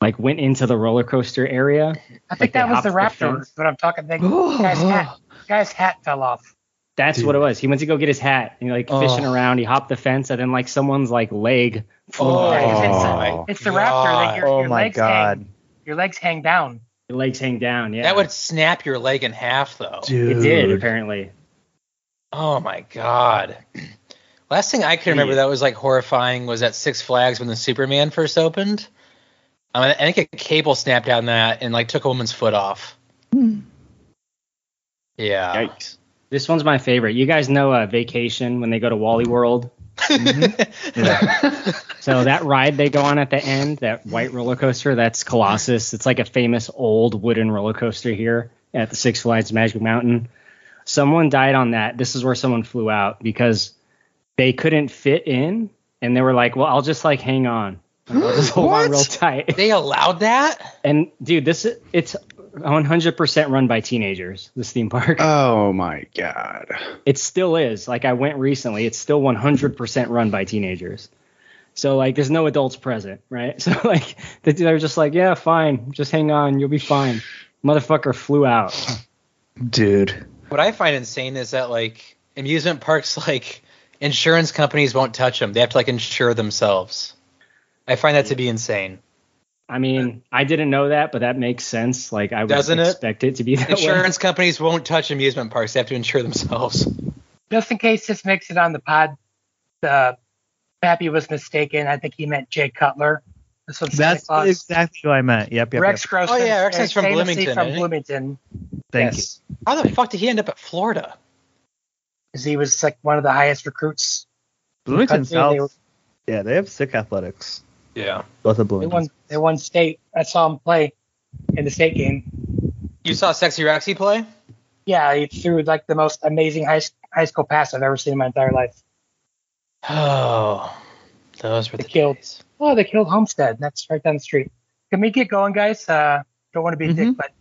[SPEAKER 3] like went into the roller coaster area.
[SPEAKER 6] I think that was the Raptor, but I'm talking. The guy's hat, guy's hat fell off.
[SPEAKER 3] That's
[SPEAKER 6] Dude.
[SPEAKER 3] what it was. He went to go get his hat and he, like
[SPEAKER 6] Oh.
[SPEAKER 3] fishing around. He hopped the fence and then like someone's like leg.
[SPEAKER 6] Oh,
[SPEAKER 3] flew-
[SPEAKER 6] it's the Raptor. Like your,
[SPEAKER 3] Oh
[SPEAKER 6] your
[SPEAKER 3] my
[SPEAKER 6] legs
[SPEAKER 3] God.
[SPEAKER 6] hang. Your legs hang down.
[SPEAKER 3] Your legs hang down. Yeah,
[SPEAKER 7] That would snap your leg in half, though.
[SPEAKER 3] it did apparently.
[SPEAKER 7] Oh my god. Last thing I can remember that was like horrifying was at Six Flags when the Superman first opened. I, mean, I think a cable snapped on that and like took a woman's foot off. Yeah.
[SPEAKER 3] Yikes. This one's my favorite. You guys know uh, Vacation when they go to Wally World.
[SPEAKER 7] Mm-hmm.
[SPEAKER 3] Yeah. so that ride they go on at the end, that white roller coaster, that's Colossus. It's like a famous old wooden roller coaster here at the Six Flags Magic Mountain. Someone died on that. This is where someone flew out because they couldn't fit in, and they were like, "Well, I'll just like hang on." Like, I'll just hold on real tight.
[SPEAKER 7] They allowed that?
[SPEAKER 3] And dude, this is it's 100% run by teenagers. This theme park.
[SPEAKER 5] Oh my god.
[SPEAKER 3] It still is. Like I went recently, it's still 100% run by teenagers. So like there's no adults present, right? So like they- they're just like, "Yeah, fine. Just hang on. You'll be fine." Motherfucker flew out.
[SPEAKER 4] Dude.
[SPEAKER 7] What I find insane is that like amusement parks like insurance companies won't touch them. They have to like insure themselves. I find that to be insane.
[SPEAKER 3] I mean, I didn't know that, but that makes sense. Like I would
[SPEAKER 7] Doesn't it?
[SPEAKER 3] expect it? to be that way.
[SPEAKER 7] Insurance companies won't touch amusement parks. They have to insure themselves.
[SPEAKER 6] Just in case this makes it on the pod, the Pappy was mistaken. I think he meant Jay Cutler. This one's Santa
[SPEAKER 4] That's
[SPEAKER 6] Claus.
[SPEAKER 4] exactly what I meant. Uh, Yep. yep
[SPEAKER 6] Rex
[SPEAKER 4] yep.
[SPEAKER 6] Grossman.
[SPEAKER 7] Oh, yeah, Rex is from
[SPEAKER 6] famously
[SPEAKER 7] Bloomington,
[SPEAKER 6] From
[SPEAKER 7] isn't
[SPEAKER 16] eh?
[SPEAKER 7] he?
[SPEAKER 6] Bloomington,
[SPEAKER 4] Thank
[SPEAKER 6] Yes.
[SPEAKER 4] you.
[SPEAKER 7] How the fuck did he end up at Florida?
[SPEAKER 6] 'cause he was like one of the highest recruits. in the
[SPEAKER 4] Bloomington
[SPEAKER 6] country. They,
[SPEAKER 4] South. Yeah, they have sick athletics.
[SPEAKER 7] Yeah.
[SPEAKER 4] Both of
[SPEAKER 6] they
[SPEAKER 4] Bloomington.
[SPEAKER 6] won. They won state. I saw him play in the state game.
[SPEAKER 7] You saw Sexy Rexy play?
[SPEAKER 6] Yeah, he threw like the most amazing high, high school pass I've ever seen in my entire life.
[SPEAKER 7] Oh, those were the
[SPEAKER 6] killed. Oh, they killed Homestead. That's right down the street. Can we get going, guys? Uh, don't want to be a
[SPEAKER 7] Mm-hmm.
[SPEAKER 6] dick, but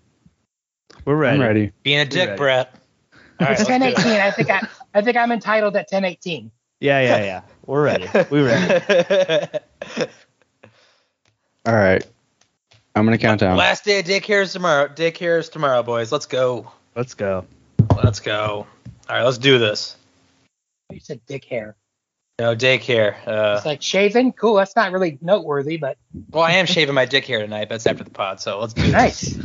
[SPEAKER 4] We're ready.
[SPEAKER 5] I'm ready.
[SPEAKER 7] Being a dick, Brett. All right,
[SPEAKER 6] it's
[SPEAKER 7] let's do
[SPEAKER 6] ten
[SPEAKER 7] it.
[SPEAKER 6] eighteen. I think I, I think I'm entitled at ten eighteen.
[SPEAKER 4] Yeah, yeah, yeah. We're ready. We're
[SPEAKER 7] ready.
[SPEAKER 5] All right. I'm gonna count down.
[SPEAKER 7] Last day of daycare is tomorrow. Daycare is tomorrow, boys. Let's go.
[SPEAKER 4] Let's go.
[SPEAKER 7] Let's go. All right, let's do this.
[SPEAKER 6] You said dick hair.
[SPEAKER 7] No daycare. Uh,
[SPEAKER 6] It's like shaving. Cool. That's not really noteworthy, but
[SPEAKER 7] well, I am shaving my dick hair tonight. That's after the pod, so let's do this.
[SPEAKER 6] nice.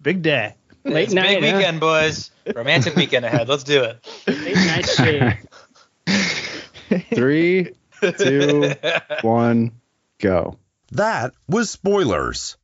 [SPEAKER 4] Big day.
[SPEAKER 3] Late
[SPEAKER 7] It's
[SPEAKER 3] night,
[SPEAKER 7] big
[SPEAKER 3] huh?
[SPEAKER 7] weekend, boys. Romantic weekend ahead. Let's do it.
[SPEAKER 3] Late night shave.
[SPEAKER 5] Three, two, one, go.
[SPEAKER 18] That was spoilers.